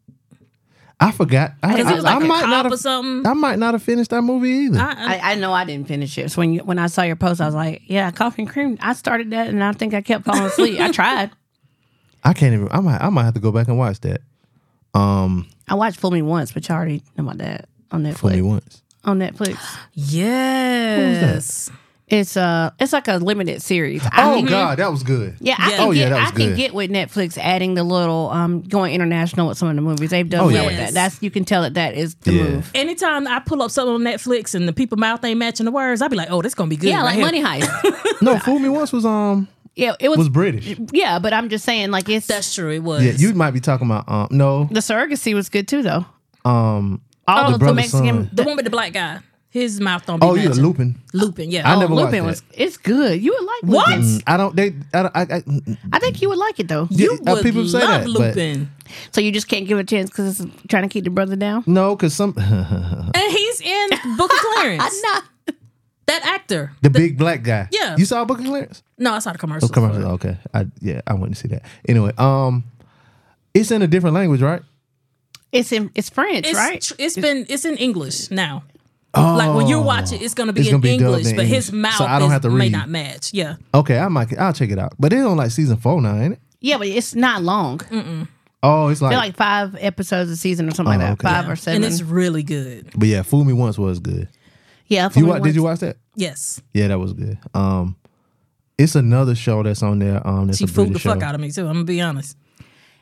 Speaker 4: I forgot. I,
Speaker 6: Because it was
Speaker 4: I-
Speaker 6: like
Speaker 4: I
Speaker 6: a
Speaker 4: might
Speaker 6: cop
Speaker 4: not
Speaker 6: or
Speaker 4: have,
Speaker 6: something.
Speaker 4: I might not have finished that movie either.
Speaker 6: I,
Speaker 5: I, I know I didn't finish it. So when you, when I saw your post, I was like, yeah, coffee and cream. I started that, and I think I kept falling asleep. I tried.
Speaker 4: I can't even. I might. I might have to go back and watch that.
Speaker 5: I watched Fool Me Once, but you already know about that on Netflix.
Speaker 4: Fool me once.
Speaker 5: On Netflix,
Speaker 6: yes.
Speaker 5: it's uh it's like a limited series.
Speaker 4: Oh God, that was good.
Speaker 5: Mm-hmm. Yeah, I
Speaker 6: Yeah.
Speaker 5: can
Speaker 6: Oh,
Speaker 5: get,
Speaker 4: yeah, that was
Speaker 5: I can
Speaker 4: good.
Speaker 5: get with Netflix adding the little um going international with some of the movies. They've done
Speaker 4: Oh,
Speaker 5: well
Speaker 4: yeah.
Speaker 5: with
Speaker 6: Yes.
Speaker 5: that. That's you can tell that that is the
Speaker 4: Yeah.
Speaker 5: move.
Speaker 6: Anytime I pull up something on Netflix and the people mouth ain't matching the words, I'd be like, oh, that's going to be good.
Speaker 5: Yeah,
Speaker 6: right
Speaker 5: like Money
Speaker 6: here.
Speaker 5: Heist.
Speaker 4: No, fool me once was um
Speaker 5: yeah, it was,
Speaker 4: was British.
Speaker 5: yeah, but I'm just saying like it's
Speaker 6: That's true. It was.
Speaker 4: Yeah, you might be talking about um no
Speaker 5: the surrogacy was good too though.
Speaker 4: um
Speaker 5: All
Speaker 4: all the
Speaker 5: of the
Speaker 4: brother's
Speaker 5: Oh, Mexican
Speaker 4: son.
Speaker 6: the one with the black guy. His mouth don't be
Speaker 4: Oh yeah,
Speaker 6: matching.
Speaker 4: Lupin.
Speaker 6: Lupin, yeah.
Speaker 4: I
Speaker 6: Oh,
Speaker 4: never watched
Speaker 5: Lupin
Speaker 4: that. Mm,
Speaker 5: was it's good. You would like
Speaker 6: What?
Speaker 5: Lupin.
Speaker 4: I don't. They. I. don't- I, I
Speaker 5: I think you would like it though.
Speaker 6: you
Speaker 4: uh,
Speaker 6: would
Speaker 4: people say
Speaker 6: love
Speaker 4: that, but-
Speaker 6: Lupin.
Speaker 5: So you just can't give it a chance because it's trying to keep the brother down.
Speaker 4: no, because some
Speaker 6: And he's in Book of Clarence. That actor.
Speaker 4: the big Oh, black guy.
Speaker 6: Yeah.
Speaker 4: you saw Book of Clarence.
Speaker 6: No, I saw the commercial.
Speaker 4: Come on. Okay. I yeah. I wouldn't see that. Anyway, um, it's in a different language, right?
Speaker 5: It's in it's French,
Speaker 6: It's,
Speaker 5: right?
Speaker 6: tr- it's been it's in English now. Like when you're watching, it's gonna
Speaker 4: Oh.
Speaker 6: be
Speaker 4: It's
Speaker 6: in
Speaker 4: gonna be dubbed
Speaker 6: English,
Speaker 4: in
Speaker 6: but
Speaker 4: English.
Speaker 6: his
Speaker 4: So
Speaker 6: mouth
Speaker 4: I don't
Speaker 6: is-
Speaker 4: have to
Speaker 6: may
Speaker 4: read.
Speaker 6: not match. Yeah,
Speaker 4: Okay, I might. I'll check it out. But it's on like season four now, ain't it?
Speaker 5: Yeah, but it's not long.
Speaker 6: Mm.
Speaker 4: Oh, it's like.
Speaker 5: They're like five episodes a season or something
Speaker 4: Oh,
Speaker 5: like
Speaker 4: okay.
Speaker 5: that. Five or seven.
Speaker 6: and it's really good.
Speaker 4: but yeah, fool me once was good.
Speaker 5: yeah,
Speaker 4: You
Speaker 5: Fool Me
Speaker 4: wa- Did you
Speaker 5: Once.
Speaker 4: watch that?
Speaker 6: Yes,
Speaker 4: Yeah, that was good. Um, it's another show that's on there. Um, that's
Speaker 6: she
Speaker 4: a
Speaker 6: fooled
Speaker 4: British
Speaker 6: the
Speaker 4: show.
Speaker 6: fuck out of me too. I'm gonna be honest.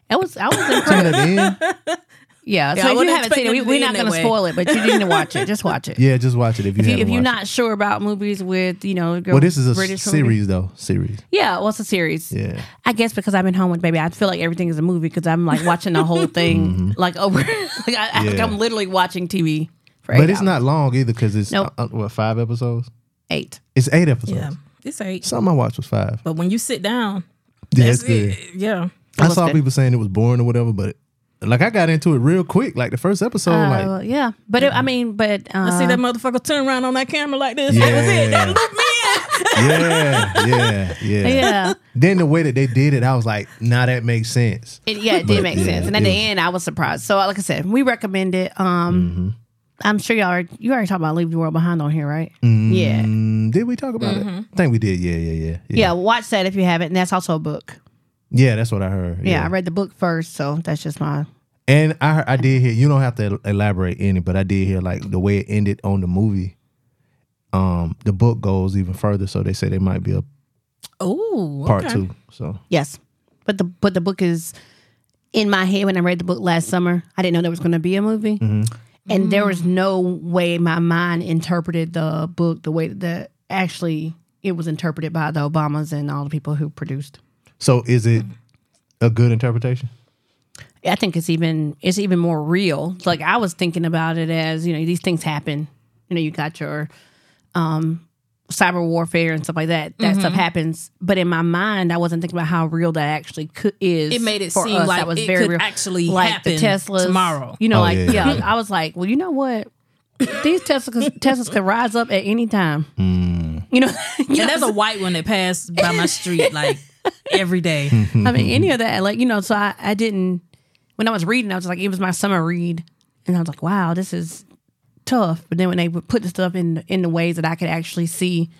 Speaker 5: It was I was impressed.
Speaker 4: Turn it in.
Speaker 5: Yeah.
Speaker 6: Yeah,
Speaker 5: so
Speaker 6: I
Speaker 5: if you
Speaker 6: wasn't
Speaker 5: haven't seen it,
Speaker 6: expecting
Speaker 5: we,
Speaker 6: it to
Speaker 5: we're
Speaker 6: be
Speaker 5: not
Speaker 6: that
Speaker 5: going to
Speaker 6: way.
Speaker 5: spoil it, but you need to watch it. Just watch it.
Speaker 4: Yeah, just watch it if you
Speaker 5: If, you,
Speaker 4: haven't
Speaker 5: if you're
Speaker 4: watched it.
Speaker 5: not sure about movies with, you know,
Speaker 4: Well, this is a
Speaker 5: British movie-
Speaker 4: series though. Series.
Speaker 5: Yeah, well, it's a series.
Speaker 4: Yeah.
Speaker 5: I guess because I've been home with baby, I feel like everything is a movie because I'm like watching the whole thing like over. like I, I think
Speaker 4: Mm-hmm. Yeah.
Speaker 5: I'm literally watching TV for eight.
Speaker 4: But it's
Speaker 5: hours.
Speaker 4: not long either because it's
Speaker 5: Nope.
Speaker 4: uh, what five episodes.
Speaker 5: eight.
Speaker 4: It's eight episodes.
Speaker 6: Yeah, it's eight.
Speaker 4: Something I watched was five.
Speaker 6: But when you sit down,
Speaker 4: Yeah,
Speaker 6: that's
Speaker 4: it's good.
Speaker 6: it. Yeah.
Speaker 4: I
Speaker 5: was
Speaker 4: saw
Speaker 5: good.
Speaker 4: people saying it was boring or whatever, but like I got into it real quick. Like the first episode,
Speaker 5: Uh,
Speaker 4: like
Speaker 5: yeah, but
Speaker 4: Mm-hmm.
Speaker 5: it, I mean, but uh,
Speaker 6: I see that motherfucker turn around on that camera like this.
Speaker 4: yeah,
Speaker 6: That was it. That looked
Speaker 4: yeah, yeah, yeah,
Speaker 5: Yeah,
Speaker 4: Then the way that they did it, I was like, now that makes sense.
Speaker 5: it, yeah, it
Speaker 4: But,
Speaker 5: did make
Speaker 4: yeah,
Speaker 5: sense. And at
Speaker 4: it
Speaker 5: the
Speaker 4: was-
Speaker 5: end, I was surprised. So, like I said, we recommend it. Um,
Speaker 4: Mm-hmm.
Speaker 5: I'm sure y'all are, you already talked about Leave the World Behind on here, right? Yeah.
Speaker 4: Mm, did we talk about it? I think we did. Yeah, yeah, yeah,
Speaker 5: yeah, Watch that if you haven't. And that's also a book.
Speaker 4: Yeah, that's what I heard.
Speaker 5: Yeah, I read the book first, so that's just my
Speaker 4: And I heard- I did hear you don't have to elaborate any, but I did hear like the way it ended on the movie. Um, the book goes even further, so they say there might be a
Speaker 6: Oh,
Speaker 4: part two. So
Speaker 5: yes. But the but the book is in my head when I read the book last summer. I didn't know there was going to be a movie, and there was no way my mind interpreted the book the way that actually it was interpreted by the Obamas and all the people who produced.
Speaker 4: so is it a good interpretation?
Speaker 5: I think it's even it's even more real. It's Like I was thinking about it as you know these things happen. You know you got your um, cyber warfare and stuff like that. That
Speaker 6: Mm-hmm.
Speaker 5: stuff happens. But in my mind, I wasn't thinking about how real that actually could, is.
Speaker 6: It made it
Speaker 5: for
Speaker 6: seem
Speaker 5: us.
Speaker 6: like
Speaker 5: that was
Speaker 6: it
Speaker 5: very
Speaker 6: could
Speaker 5: real.
Speaker 6: actually
Speaker 5: like the
Speaker 6: happen
Speaker 5: Teslas
Speaker 6: tomorrow.
Speaker 5: You know,
Speaker 4: Oh,
Speaker 5: like
Speaker 4: yeah.
Speaker 5: yeah. I was like, well, you know what. These Teslas, Teslas could rise up at any time. You know,
Speaker 6: And there's a white one that passed by my street like every
Speaker 4: Hmm.
Speaker 6: day.
Speaker 5: I mean, any of that. Like, you know, so I, I didn't, when I was reading, I was like, it was my summer read. And I was like, wow, this is tough. But then when they would put the stuff in, in the ways that I could actually see,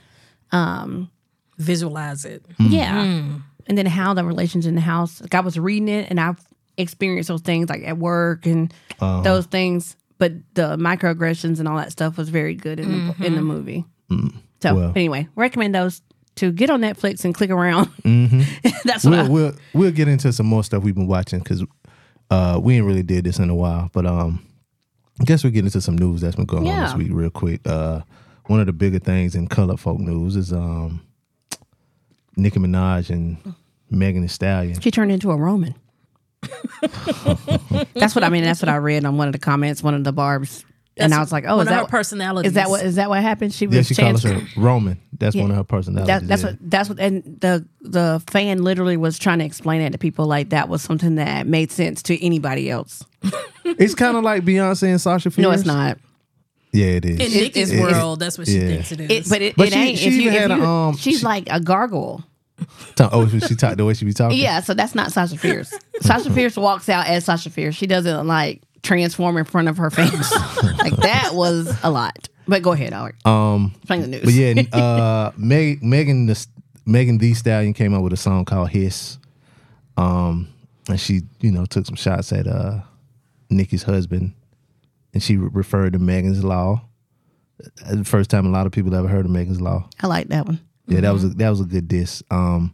Speaker 6: Visualize it.
Speaker 4: Hmm.
Speaker 5: yeah. Mm. And then how the relations in the house, like I was reading it and I've experienced those things like at work and those things. But the microaggressions and all that stuff was very good in, the, in the movie. So
Speaker 4: Well.
Speaker 5: anyway, recommend those to get on Netflix and click around. That's what I,
Speaker 4: We'll we'll we'll get into some more stuff we've been watching because uh, we ain't really did this in a while. But um, I guess we get into some news that's been going on this
Speaker 5: Yeah.
Speaker 4: week real quick. Uh, one of the bigger things in color folk news is um, Nicki Minaj and Megan Thee Stallion.
Speaker 5: She turned into a Roman. that's what I mean. That's what I read on one of the comments, one of the barbs, and I was like, "Oh, is
Speaker 6: one of
Speaker 5: that
Speaker 6: her
Speaker 5: what-
Speaker 6: personalities.
Speaker 5: Is that what is that what happened? She was
Speaker 4: Yeah, she calls
Speaker 5: trans-
Speaker 4: her Roman. That's one of her
Speaker 5: That,
Speaker 4: personalities.
Speaker 5: that's
Speaker 4: yeah.
Speaker 5: what that's what and the the fan literally was trying to explain it to people like that was something that made sense to anybody else.
Speaker 4: It's kind of like Beyonce and Sasha Fierce.
Speaker 5: No, it's not.
Speaker 4: Yeah, it is.
Speaker 6: In Nikki's
Speaker 5: it's-
Speaker 6: world, that's what she
Speaker 4: yeah.
Speaker 6: thinks it is.
Speaker 5: It, but it,
Speaker 4: But
Speaker 5: it
Speaker 4: she-
Speaker 5: ain't.
Speaker 4: she
Speaker 5: if you,
Speaker 4: even
Speaker 5: if
Speaker 4: had a,
Speaker 5: you,
Speaker 4: um,
Speaker 5: she's
Speaker 4: she-
Speaker 5: like a gargoyle.
Speaker 4: oh, she talk the way she be talking.
Speaker 5: Yeah, so that's not Sasha Fierce. Sasha Fierce walks out as Sasha Fierce. She doesn't like transform in front of her fans. like that was a lot. But go ahead, Art. Um, playing the news.
Speaker 4: But yeah, uh, Meg, Megan the Megan the Stallion came out with a song called Hiss, um, and she you know took some shots at uh, Nicki's husband, and she re- referred to Megan's Law. Uh, The first time a lot of people ever heard of Megan's Law.
Speaker 5: I like that one.
Speaker 4: Yeah, that was a, that was a good diss. Um,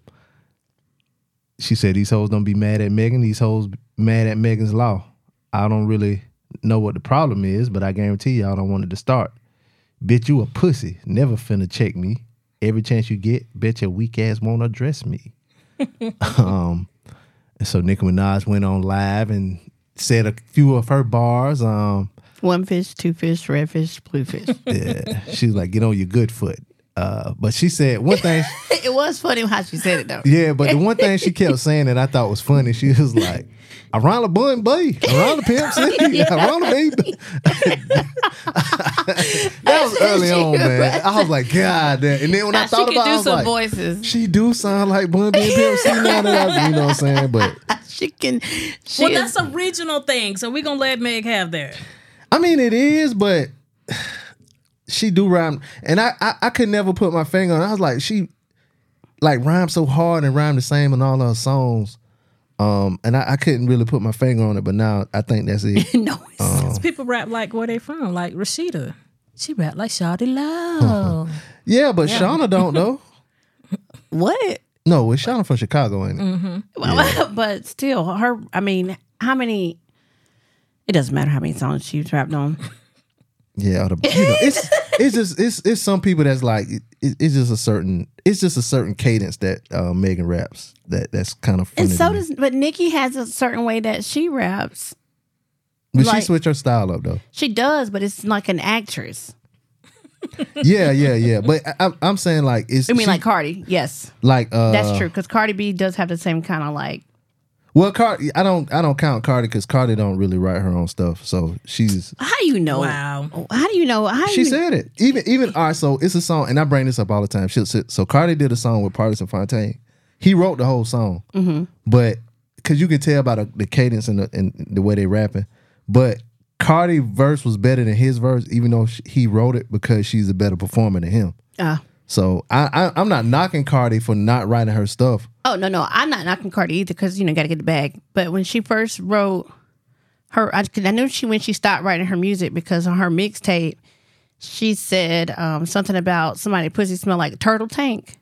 Speaker 4: she said these hoes don't be mad at Megan. These hoes mad at Megan's law. I don't really know what the problem is, but I guarantee y'all don't want it to start. Bitch, you a pussy. Never finna check me. Every chance you get, bet your weak ass won't address me. um, and so Nicki Minaj went on live and said a few of her bars. Um,
Speaker 5: One fish, two fish, red fish, blue fish.
Speaker 4: she's like, get on your good foot. Uh, but she said one thing.
Speaker 5: it was funny how she said it though.
Speaker 4: Yeah, but the one thing she kept saying that I thought was funny, she was like, around the bun, buddy, around the pimp city, around the baby. that was early on, man. I was like, God damn. And then when I
Speaker 5: Now, she
Speaker 4: thought
Speaker 5: could
Speaker 4: about it, I
Speaker 5: do
Speaker 4: was
Speaker 5: some
Speaker 4: like,
Speaker 5: voices.
Speaker 4: she do sound like Bun B and Pimp C now that I, you know what I'm saying? But
Speaker 5: She can. She
Speaker 6: well,
Speaker 5: is,
Speaker 6: that's a regional thing, so we're gonna let Meg have that.
Speaker 4: I mean, it is, but she do rhyme, and I I, I could never put my finger on. it. I was like, she like rhymed so hard and rhymed the same in all her songs, um, and I, I couldn't really put my finger on it. But now I think that's it.
Speaker 5: no, it's,
Speaker 4: Uh,
Speaker 6: 'Cause people rap like where they from, like Rashida. She rap like Shawty Low.
Speaker 4: Uh-huh. yeah, but Shauna don't though.
Speaker 5: what?
Speaker 4: No, it's Shauna from
Speaker 5: Mm-hmm.
Speaker 4: Chicago, ain't it?
Speaker 5: Well, but still, her. I mean, how many? It doesn't matter how many songs she rapped on.
Speaker 4: Yeah, or the, you know, it's it's just it's it's some people that's like it, it's just a certain it's just a certain cadence that uh, Megan raps that that's kind of funny.
Speaker 5: And
Speaker 4: to
Speaker 5: so
Speaker 4: me.
Speaker 5: does, but Nikki has a certain way that she raps.
Speaker 4: But she
Speaker 5: like-
Speaker 4: switch her style up though.
Speaker 5: She does, but it's like an actress.
Speaker 4: Yeah, yeah, yeah. But I, I'm I'm saying like it's
Speaker 5: I mean,
Speaker 4: she-
Speaker 5: like Cardi. Yes,
Speaker 4: like uh,
Speaker 5: that's true. Because Cardi B does have the same kind of like.
Speaker 4: Well, Cardi, I don't I don't count Cardi because Cardi don't really write her own stuff, so she's
Speaker 5: How do you know? Oh,
Speaker 6: Wow.
Speaker 5: How do you know? How do
Speaker 4: she
Speaker 5: you,
Speaker 4: said it. Even even all right, so it's a song, and I bring this up all the time. She'll sit, so Cardi did a song with Partisan Fontaine. He wrote the whole song,
Speaker 5: Mm-hmm.
Speaker 4: but because you can tell by the, the cadence and the, and the way they rapping, but Cardi verse was better than his verse, even though sh he wrote it because she's a better performer than him.
Speaker 5: Ah.
Speaker 4: So I, I I'm not knocking Cardi for not writing her stuff.
Speaker 5: Oh no, no, I'm not knocking Cardi either because you know got to get the bag. But when she first wrote her, I, 'cause I knew she when she stopped writing her music because on her mixtape, she said um, something about somebody pussy smell like turtle tank.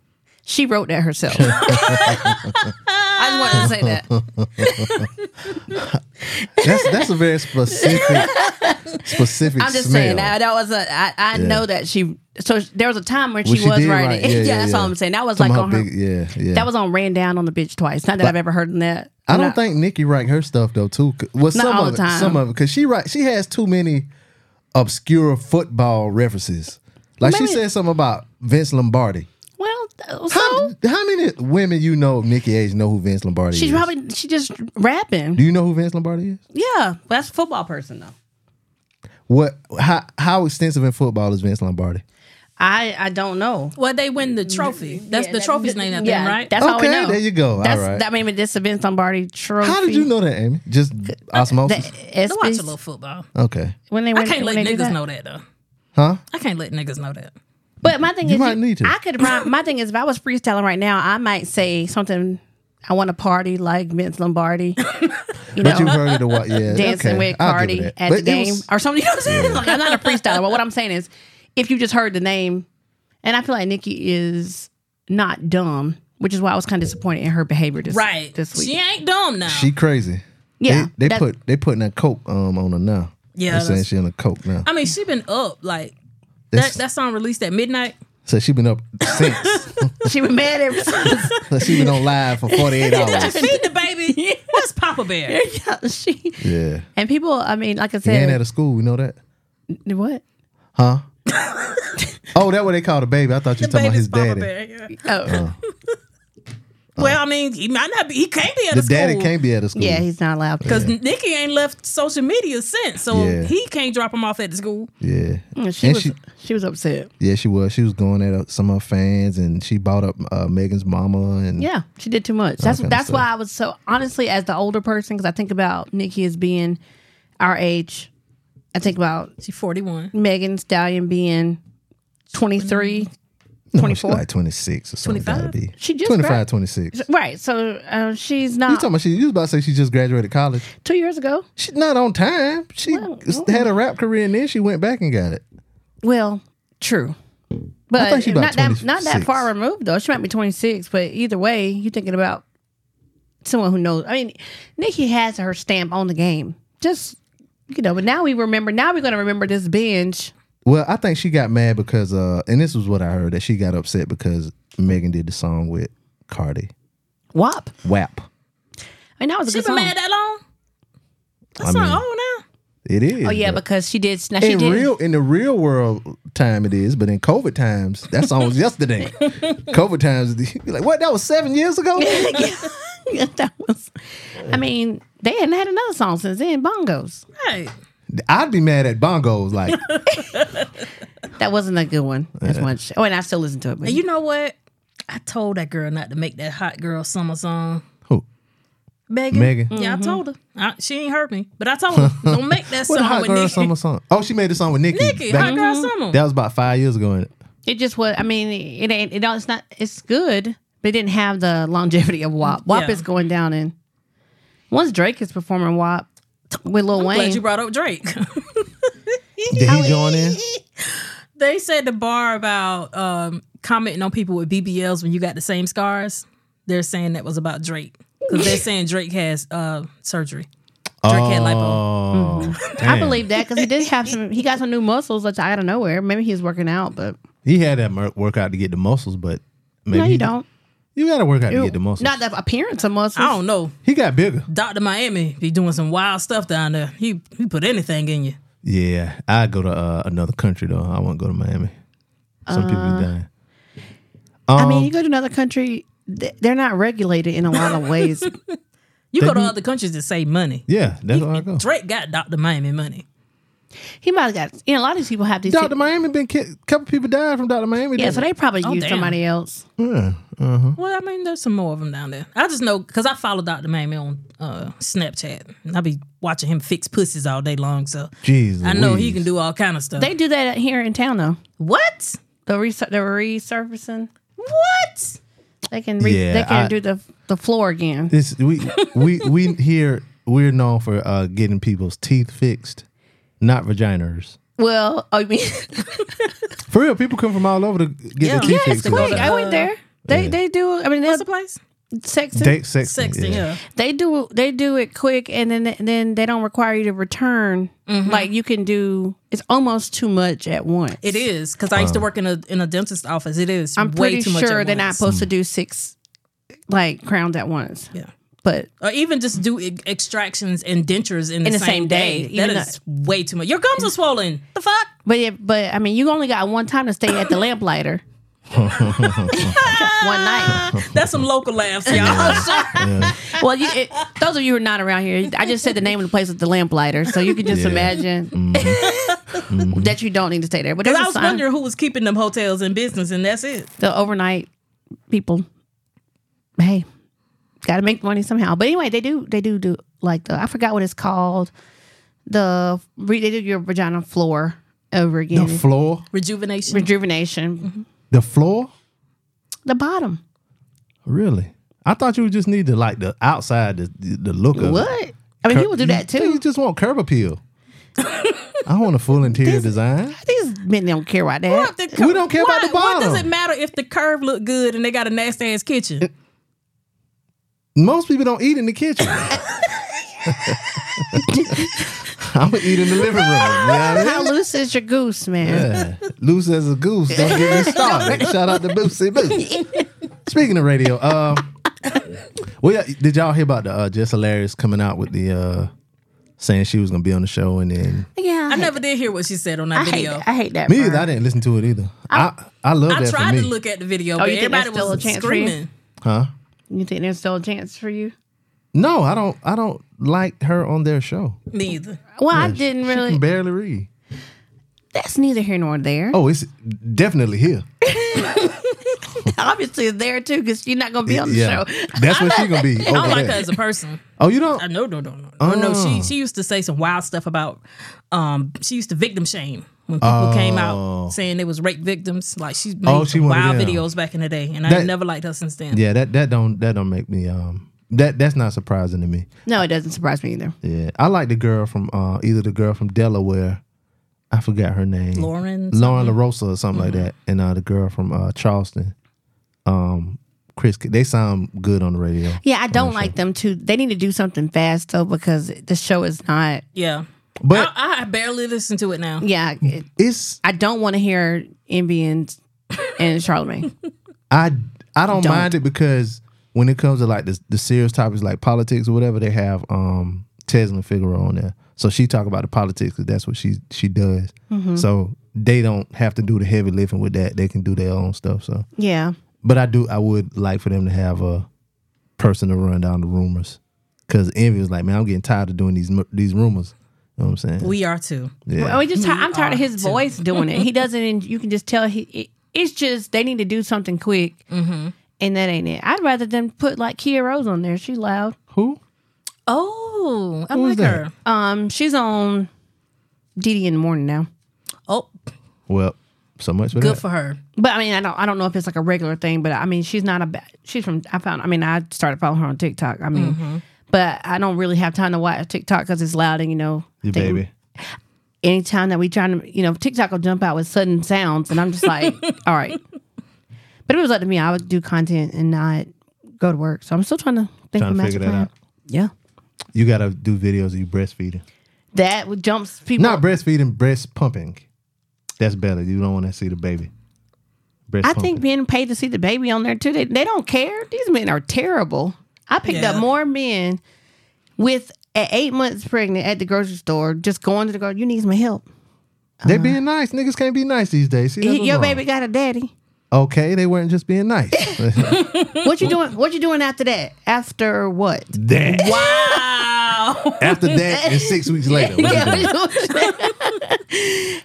Speaker 5: She wrote that herself. I just wanted to say that.
Speaker 4: That's that's a very specific specific.
Speaker 5: I'm just
Speaker 4: smell.
Speaker 5: saying that that was a I, I
Speaker 4: Yeah.
Speaker 5: know that she. So there was a time when she
Speaker 4: Well, she
Speaker 5: was
Speaker 4: did
Speaker 5: writing.
Speaker 4: write-
Speaker 5: Yeah,
Speaker 4: yeah, yeah,
Speaker 5: that's
Speaker 4: yeah.
Speaker 5: all I'm saying. That was
Speaker 4: Some
Speaker 5: like
Speaker 4: of
Speaker 5: on her.
Speaker 4: big- yeah, yeah.
Speaker 5: That was on ran down on the bitch twice. Not that I've ever heard of that.
Speaker 4: I don't
Speaker 5: Not-
Speaker 4: think Nikki write her stuff though too. C- Well, some
Speaker 5: all
Speaker 4: of
Speaker 5: the
Speaker 4: it,
Speaker 5: time.
Speaker 4: some of it, because she write she has too many obscure football references. Like she
Speaker 5: Maybe-
Speaker 4: said something about Vince Lombardi.
Speaker 5: Well, so
Speaker 4: How, how many women you know of Nikki Age know who Vince Lombardi
Speaker 5: she's
Speaker 4: is?
Speaker 5: probably she just rapping.
Speaker 4: Do you know who Vince Lombardi is?
Speaker 5: Yeah, but that's a football person though.
Speaker 4: What? How how extensive in football is Vince Lombardi?
Speaker 5: I I don't know.
Speaker 6: Well, they win the trophy. That's
Speaker 5: Yeah,
Speaker 6: the
Speaker 5: that-
Speaker 6: trophy's name, I think,
Speaker 5: yeah,
Speaker 6: right?
Speaker 5: That's all we
Speaker 4: Okay,
Speaker 5: know.
Speaker 4: there you go. All
Speaker 5: That's,
Speaker 4: right.
Speaker 5: That made me this Vince Lombardi trophy. Eh,
Speaker 4: How did you know that, Amy? Just
Speaker 5: The
Speaker 4: osmosis.
Speaker 6: I watch a little
Speaker 5: SBC,
Speaker 6: football.
Speaker 4: Okay.
Speaker 5: when they
Speaker 6: I
Speaker 5: when,
Speaker 6: can't
Speaker 5: when
Speaker 6: let
Speaker 5: they do
Speaker 6: niggas
Speaker 5: that.
Speaker 6: know that though.
Speaker 4: Huh?
Speaker 6: I can't let niggas know that.
Speaker 5: But my thing
Speaker 4: You
Speaker 5: is,
Speaker 4: might need to.
Speaker 5: I could. rhyme- My thing is, if I was freestyling right now, I might say something. I want to party like Vince Lombardi, you know,
Speaker 4: But you heard it a while. Yeah.
Speaker 5: dancing
Speaker 4: okay.
Speaker 5: with
Speaker 4: I'll give
Speaker 5: Cardi
Speaker 4: her
Speaker 5: at
Speaker 4: that. But
Speaker 5: the
Speaker 4: it
Speaker 5: game
Speaker 4: was-
Speaker 5: or something. You know what I'm saying? Like, I'm not a freestyler, but what I'm saying is, if you just heard the name, and I feel like Nikki is not dumb, which is why I was kind of disappointed in her behavior this
Speaker 6: Right.
Speaker 5: this week.
Speaker 6: She ain't dumb now.
Speaker 4: She crazy.
Speaker 5: Yeah,
Speaker 4: They, they
Speaker 5: that-
Speaker 4: put they putting a coke um on her now.
Speaker 6: Yeah,
Speaker 4: They're saying
Speaker 6: that's-
Speaker 4: she on a coke now.
Speaker 6: I mean, she been up like that.
Speaker 4: That's-
Speaker 6: That song released at midnight.
Speaker 4: so she been up since.
Speaker 5: She was mad ever since.
Speaker 4: so she been on live for forty eight hours.
Speaker 6: Feed the baby. What's Papa Bear?
Speaker 5: yeah, she
Speaker 4: Yeah.
Speaker 5: and people. I mean, like I
Speaker 4: He ain't at
Speaker 5: said,
Speaker 4: a school. We know that,
Speaker 5: what?
Speaker 4: huh? oh, that what they call the baby. I thought you were talking about
Speaker 6: Baby's
Speaker 4: his
Speaker 6: Papa
Speaker 4: daddy. Uh-huh.
Speaker 6: Bear. yeah.
Speaker 5: Oh,
Speaker 6: Well, I mean, he might not be. He can't be at
Speaker 4: The
Speaker 6: a school.
Speaker 4: daddy can't be at a school.
Speaker 5: yeah, he's not allowed. to.
Speaker 6: Because Nikki ain't left social media since, so
Speaker 4: Yeah.
Speaker 6: he can't drop him off at the school.
Speaker 4: yeah.
Speaker 5: Mm, she
Speaker 4: and
Speaker 5: was
Speaker 4: she-
Speaker 5: she was upset.
Speaker 4: Yeah, she was. She was going at uh, some of her fans, and she bought up uh, Megan's mama. And
Speaker 5: Yeah, she did too much. That's
Speaker 4: kinda
Speaker 5: that's
Speaker 4: stuff.
Speaker 5: why I was so honestly as the older person because I think about Nikki as being our age. I think about
Speaker 6: She's 41.
Speaker 5: Megan Stallion being 23.
Speaker 4: no, she
Speaker 5: 24?
Speaker 4: like twenty six or something. Gotta
Speaker 6: 25?
Speaker 4: be.
Speaker 5: She just
Speaker 4: 25,
Speaker 5: grad-
Speaker 4: 26. You
Speaker 5: Right. So uh, she's not
Speaker 4: talking about she? You was about to say she just graduated college?
Speaker 5: two years ago.
Speaker 4: She's not on time. She
Speaker 5: Well,
Speaker 4: s- had a rap career and then she went back and got it.
Speaker 5: Well, true. But
Speaker 4: think she about
Speaker 5: not that not that
Speaker 4: 26.
Speaker 5: far removed though. She might be 26, but either way, you're thinking about someone who knows. I mean, Nikki has her stamp on the game. Just you know, but now we remember. Now we're going to remember this binge.
Speaker 4: Well, I think she got mad because, uh, and this was what I heard that she got upset because Megan did the song with Cardi.
Speaker 5: WAP.
Speaker 4: WAP.
Speaker 5: And that was a
Speaker 6: She
Speaker 5: good
Speaker 6: been
Speaker 5: song.
Speaker 6: mad that long? That's
Speaker 4: I
Speaker 6: not
Speaker 4: mean-
Speaker 6: old now.
Speaker 4: It is.
Speaker 5: Oh yeah,
Speaker 4: but
Speaker 5: because she did. Now she
Speaker 4: in
Speaker 5: did.
Speaker 4: real in the real world time it is, but in COVID times, that song was yesterday. COVID times, you be like, what? That was seven years ago.
Speaker 5: Yeah, that was. I mean, they hadn't had another song since then. Bongos.
Speaker 6: Right.
Speaker 4: I'd be mad at bongos. Like,
Speaker 5: That wasn't a good one as much. Oh, and I still listen to it. But
Speaker 6: And you know what? I told that girl not to make that hot girl summer song.
Speaker 4: who?
Speaker 6: Megan.
Speaker 4: Megan.
Speaker 6: Yeah, I told her. I, she ain't heard me, but I told her don't make that
Speaker 4: What a
Speaker 6: song
Speaker 4: hot
Speaker 6: with
Speaker 4: girl
Speaker 6: Nikki.
Speaker 4: summer song? Oh, she made a song with Nicki.
Speaker 6: Nikki,
Speaker 4: back-
Speaker 6: hot girl summer.
Speaker 4: That was about five years ago. And
Speaker 5: It just was. I mean, it ain't. It don't, it's not. It's good, but it didn't have the longevity of WAP. WAP
Speaker 6: Yeah.
Speaker 5: is going down, and once Drake is performing WAP with Lil
Speaker 6: I'm glad you
Speaker 5: Wayne,
Speaker 6: brought up Drake.
Speaker 4: did
Speaker 6: Oh,
Speaker 4: he join in?
Speaker 6: they said the bar about um, commenting on people with BBLs when you got the same scars. They're saying that was about Drake because they're saying Drake has uh, surgery. Drake had lipo. Mm.
Speaker 4: Oh,
Speaker 5: I
Speaker 4: damn.
Speaker 5: believe that because he did have some. He got some new muscles that's out of nowhere. Maybe he was working out, but
Speaker 4: he had that mer- workout to get the muscles, but maybe
Speaker 5: no,
Speaker 4: he-
Speaker 5: you don't.
Speaker 4: You got to work out to
Speaker 5: You-
Speaker 4: get the muscles.
Speaker 5: Not the appearance of muscles.
Speaker 6: I don't know.
Speaker 4: he got bigger.
Speaker 6: Doctor Miami be doing some wild stuff down there. He he put anything in you.
Speaker 4: Yeah, I go to uh, another country though. I wouldn't go to Miami. Some people
Speaker 5: Uh,
Speaker 4: are dying.
Speaker 5: I mean, you go to another country, th- they're not regulated in a lot of ways.
Speaker 6: You go to
Speaker 4: Mhm.
Speaker 6: other countries to save money.
Speaker 4: Yeah, that's where I go.
Speaker 6: Drake got Doctor Miami money.
Speaker 5: he might have got. You know, a lot of these people have these.
Speaker 4: Doctor Miami been ki- couple people died from Doctor Miami.
Speaker 5: yeah, so they probably
Speaker 6: Oh,
Speaker 5: use
Speaker 6: damn.
Speaker 5: somebody else.
Speaker 6: Well, I mean, there's some more of them down there. I just know because I follow Doctor Miami on uh, Snapchat, and I be watching him fix pussies all day long. So
Speaker 4: Jeez,
Speaker 6: I know he
Speaker 4: Louise.
Speaker 6: can do all kind of stuff.
Speaker 5: They do that here in town though.
Speaker 6: what?
Speaker 5: The res- the resurfacing.
Speaker 6: What?
Speaker 5: They can re-
Speaker 4: Yeah,
Speaker 5: they can
Speaker 4: I-
Speaker 5: do the the floor again.
Speaker 4: This we we we here we're known for uh, getting people's teeth fixed, not vaginas.
Speaker 5: Well, I mean,
Speaker 4: For real, people come from all over to get
Speaker 6: Yeah.
Speaker 4: their teeth
Speaker 6: Yeah, it's
Speaker 4: fixed.
Speaker 6: quick.
Speaker 4: all the
Speaker 5: I
Speaker 4: time.
Speaker 5: went there. They
Speaker 4: Yeah.
Speaker 5: they do. I mean, they
Speaker 6: What's
Speaker 5: have
Speaker 6: the place?
Speaker 5: sex.
Speaker 4: Date sexting,
Speaker 6: Sexting. Yeah.
Speaker 5: They do they do it quick, and then then they don't require you to return. Like you can do. It's almost too much at once.
Speaker 6: It is because I used to work in a in a dentist office. It is.
Speaker 5: I'm
Speaker 6: way
Speaker 5: pretty
Speaker 6: too much at
Speaker 5: sure they're not
Speaker 6: once.
Speaker 5: supposed to do six like crowns at once.
Speaker 6: Yeah.
Speaker 5: But
Speaker 6: Or even just do e- extractions and dentures in the, same, day.
Speaker 5: even
Speaker 6: That is way too much. Your gums are swollen. The fuck?
Speaker 5: but it, but I mean, you only got one time to stay at the lamplighter. one night.
Speaker 6: That's some local laughs, y'all. I'm sorry.
Speaker 5: Well, you, it, those of you who are not around here, I just said the name of the place is the lamplighter, so you can just
Speaker 4: Yeah.
Speaker 5: imagine that you don't need to stay there. But there's
Speaker 6: Mm-hmm.
Speaker 5: a
Speaker 6: I was
Speaker 5: sign,
Speaker 6: wondering who was keeping them hotels in business, and that's it.
Speaker 5: the overnight people. Hey, got to make money somehow. But anyway, they do they do do like the I forgot what it's called. The re, they do your vagina floor over again.
Speaker 4: The floor,
Speaker 6: Rejuvenation.
Speaker 5: rejuvenation.
Speaker 4: the floor.
Speaker 5: The bottom.
Speaker 4: Really, I thought you just need to like the outside, the the look of it.
Speaker 5: What? I mean, people do that
Speaker 4: You, you
Speaker 5: too.
Speaker 4: just want curb appeal. I want a full interior design.
Speaker 5: These men don't care about that.
Speaker 6: The cur-
Speaker 4: We don't care about
Speaker 6: Why-
Speaker 4: the
Speaker 6: What does it
Speaker 4: bottom.
Speaker 6: matter if the curve look good and they got a nasty ass kitchen?
Speaker 4: Mm-hmm. Most people don't eat in the kitchen. I'm gonna eat in the living room. You know what I mean?
Speaker 5: How loose is your goose, man?
Speaker 4: Yeah. Loose as a goose. Don't get me started. Shout out to Boosie Boo. Speaking of radio, um, well, yeah, did y'all hear about the uh, Jess Hilarious coming out with the uh, saying she was gonna be on the show and then
Speaker 5: Yeah,
Speaker 6: I never did hear what she said on that
Speaker 5: I hate
Speaker 6: video.
Speaker 5: that. I hate that.
Speaker 4: me either,
Speaker 5: Vern.
Speaker 4: I didn't listen to it either. I I love
Speaker 6: I
Speaker 4: that
Speaker 6: tried
Speaker 4: for me.
Speaker 6: to look at the video, but
Speaker 5: Oh, you think
Speaker 6: everybody
Speaker 5: there's still
Speaker 6: was
Speaker 5: a chance for you?
Speaker 6: screaming.
Speaker 4: huh?
Speaker 5: You think there's still a chance for you?
Speaker 4: No, I don't. I don't like her on their show.
Speaker 6: Neither.
Speaker 5: Well, I didn't
Speaker 4: She
Speaker 5: really.
Speaker 4: can barely read.
Speaker 5: That's neither here nor there.
Speaker 4: Oh, it's definitely here.
Speaker 5: Obviously, it's there too because you're not going to be on the
Speaker 4: Oh. yeah,
Speaker 5: show.
Speaker 4: that's where she gonna be.
Speaker 6: I don't
Speaker 4: over
Speaker 6: like her
Speaker 4: there.
Speaker 6: as a person.
Speaker 4: Oh, you don't?
Speaker 6: I know, no, no, no. Oh. no, she she used to say some wild stuff about. Um, she used to victim shame when people came out saying they was rape victims. Like she made
Speaker 4: Oh, she
Speaker 6: some
Speaker 4: one of
Speaker 6: wild
Speaker 4: them.
Speaker 6: videos back in the day, and I
Speaker 4: That-
Speaker 6: never liked her since then.
Speaker 4: Yeah, that that don't that don't make me um that that's not surprising to me.
Speaker 5: No, it doesn't surprise me either.
Speaker 4: Yeah, I like the girl from uh either the girl from Delaware, I forgot her name,
Speaker 6: Lauren, Mm-hmm.
Speaker 4: Lauren LaRosa or something like that, and uh the girl from uh Charleston, um Chris. They sound good on the radio.
Speaker 5: Yeah, I don't like them too. They need to do something fast though because the show is not.
Speaker 6: yeah.
Speaker 4: But
Speaker 6: I, I barely listen to it now.
Speaker 5: Yeah, it,
Speaker 4: it's
Speaker 5: I don't want to hear Envy and and Charlemagne.
Speaker 4: I I don't,
Speaker 5: Don't.
Speaker 4: mind it because when it comes to like the, the serious topics like politics or whatever, they have um Tesla Figaro on there. So she talk about the politics because that's what she she does.
Speaker 6: Mm-hmm.
Speaker 4: So they don't have to do the heavy lifting with that. They can do their own stuff. So,
Speaker 5: Yeah,
Speaker 4: but I do I would like for them to have a person to run down the rumors because Envy was like, man, I'm getting tired of doing these mu- these rumors. You know what I'm saying?
Speaker 6: We are too.
Speaker 4: yeah.
Speaker 5: Well, we just ti- I'm tired of his voice doing it. He doesn't. en- You can just tell he. It, it's just they need to do something quick, and that ain't it. I'd rather them put like Kia Rose on there. She loud.
Speaker 4: Who?
Speaker 6: Oh, I
Speaker 4: Who is
Speaker 6: like
Speaker 4: that?
Speaker 6: her.
Speaker 5: Um, she's on DD in the morning now.
Speaker 6: Oh,
Speaker 4: Well, so much for
Speaker 6: good
Speaker 4: that.
Speaker 6: for her.
Speaker 5: But I mean, I don't. I don't know if it's like a regular thing. But I mean, she's not a. Ba- she's from. I found. I mean, I started following her on TikTok. I mean.
Speaker 4: Mm-hmm.
Speaker 5: But I don't really have time to watch TikTok because it's loud and you know.
Speaker 4: Your
Speaker 5: they-
Speaker 4: baby.
Speaker 5: anytime that we trying to, you know, TikTok will jump out with sudden sounds, and I'm just like, all right. But if it was up to me, I would do content and not go to work. So I'm still trying to think
Speaker 4: Trying
Speaker 5: of a
Speaker 4: to
Speaker 5: master
Speaker 4: figure that
Speaker 5: plan.
Speaker 4: out.
Speaker 5: Yeah.
Speaker 4: You gotta do videos of you breastfeeding.
Speaker 5: That would jumps people.
Speaker 4: Not breastfeeding, breast pumping. That's better. You don't want to see the baby. Breast
Speaker 5: I
Speaker 4: pumping.
Speaker 5: think being paid to see the baby on there too. They, they don't care. These men are terrible. I picked
Speaker 6: Yeah.
Speaker 5: up more men with at eight months pregnant at the grocery store, just going to the grocery. You need some help.
Speaker 4: They're being nice. Niggas can't be nice these days. See, that's
Speaker 5: Uh-huh. Y-
Speaker 4: what's
Speaker 5: Your
Speaker 4: wrong.
Speaker 5: baby got a daddy.
Speaker 4: Okay, they weren't just being nice.
Speaker 5: What you doing? What you doing after that? After what?
Speaker 4: that.
Speaker 6: Wow.
Speaker 4: After that, and six weeks later, what you, doing?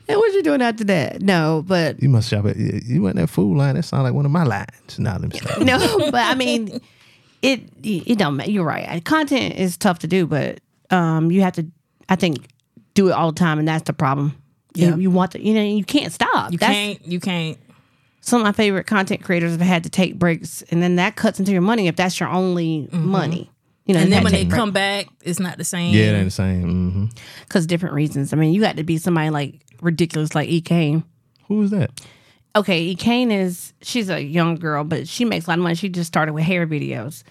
Speaker 5: and what you doing after that? No, but
Speaker 4: You must shop at. You you went that food line. That sounds like one of my lines. Nah, let me stop.
Speaker 5: no, but I mean, it it don't. ma- You're right. Uh, Content is tough to do, but um, you have to. I think do it all the time, and that's the problem.
Speaker 6: Yeah.
Speaker 5: You, you want to, you know, you can't stop.
Speaker 6: You
Speaker 5: That's-
Speaker 6: can't. You can't.
Speaker 5: Some of my favorite content creators have had to take breaks, and then that cuts into your money if that's your only money. You know,
Speaker 6: Mm-hmm. And then when they come back, it's not the same.
Speaker 4: Yeah, it ain't the same. Mm-hmm.
Speaker 5: because different reasons. I mean, you got to be somebody like ridiculous, like E. Kane.
Speaker 4: Who is that?
Speaker 5: okay, E. Kane is she's a young girl, but she makes a lot of money. She just started with hair videos,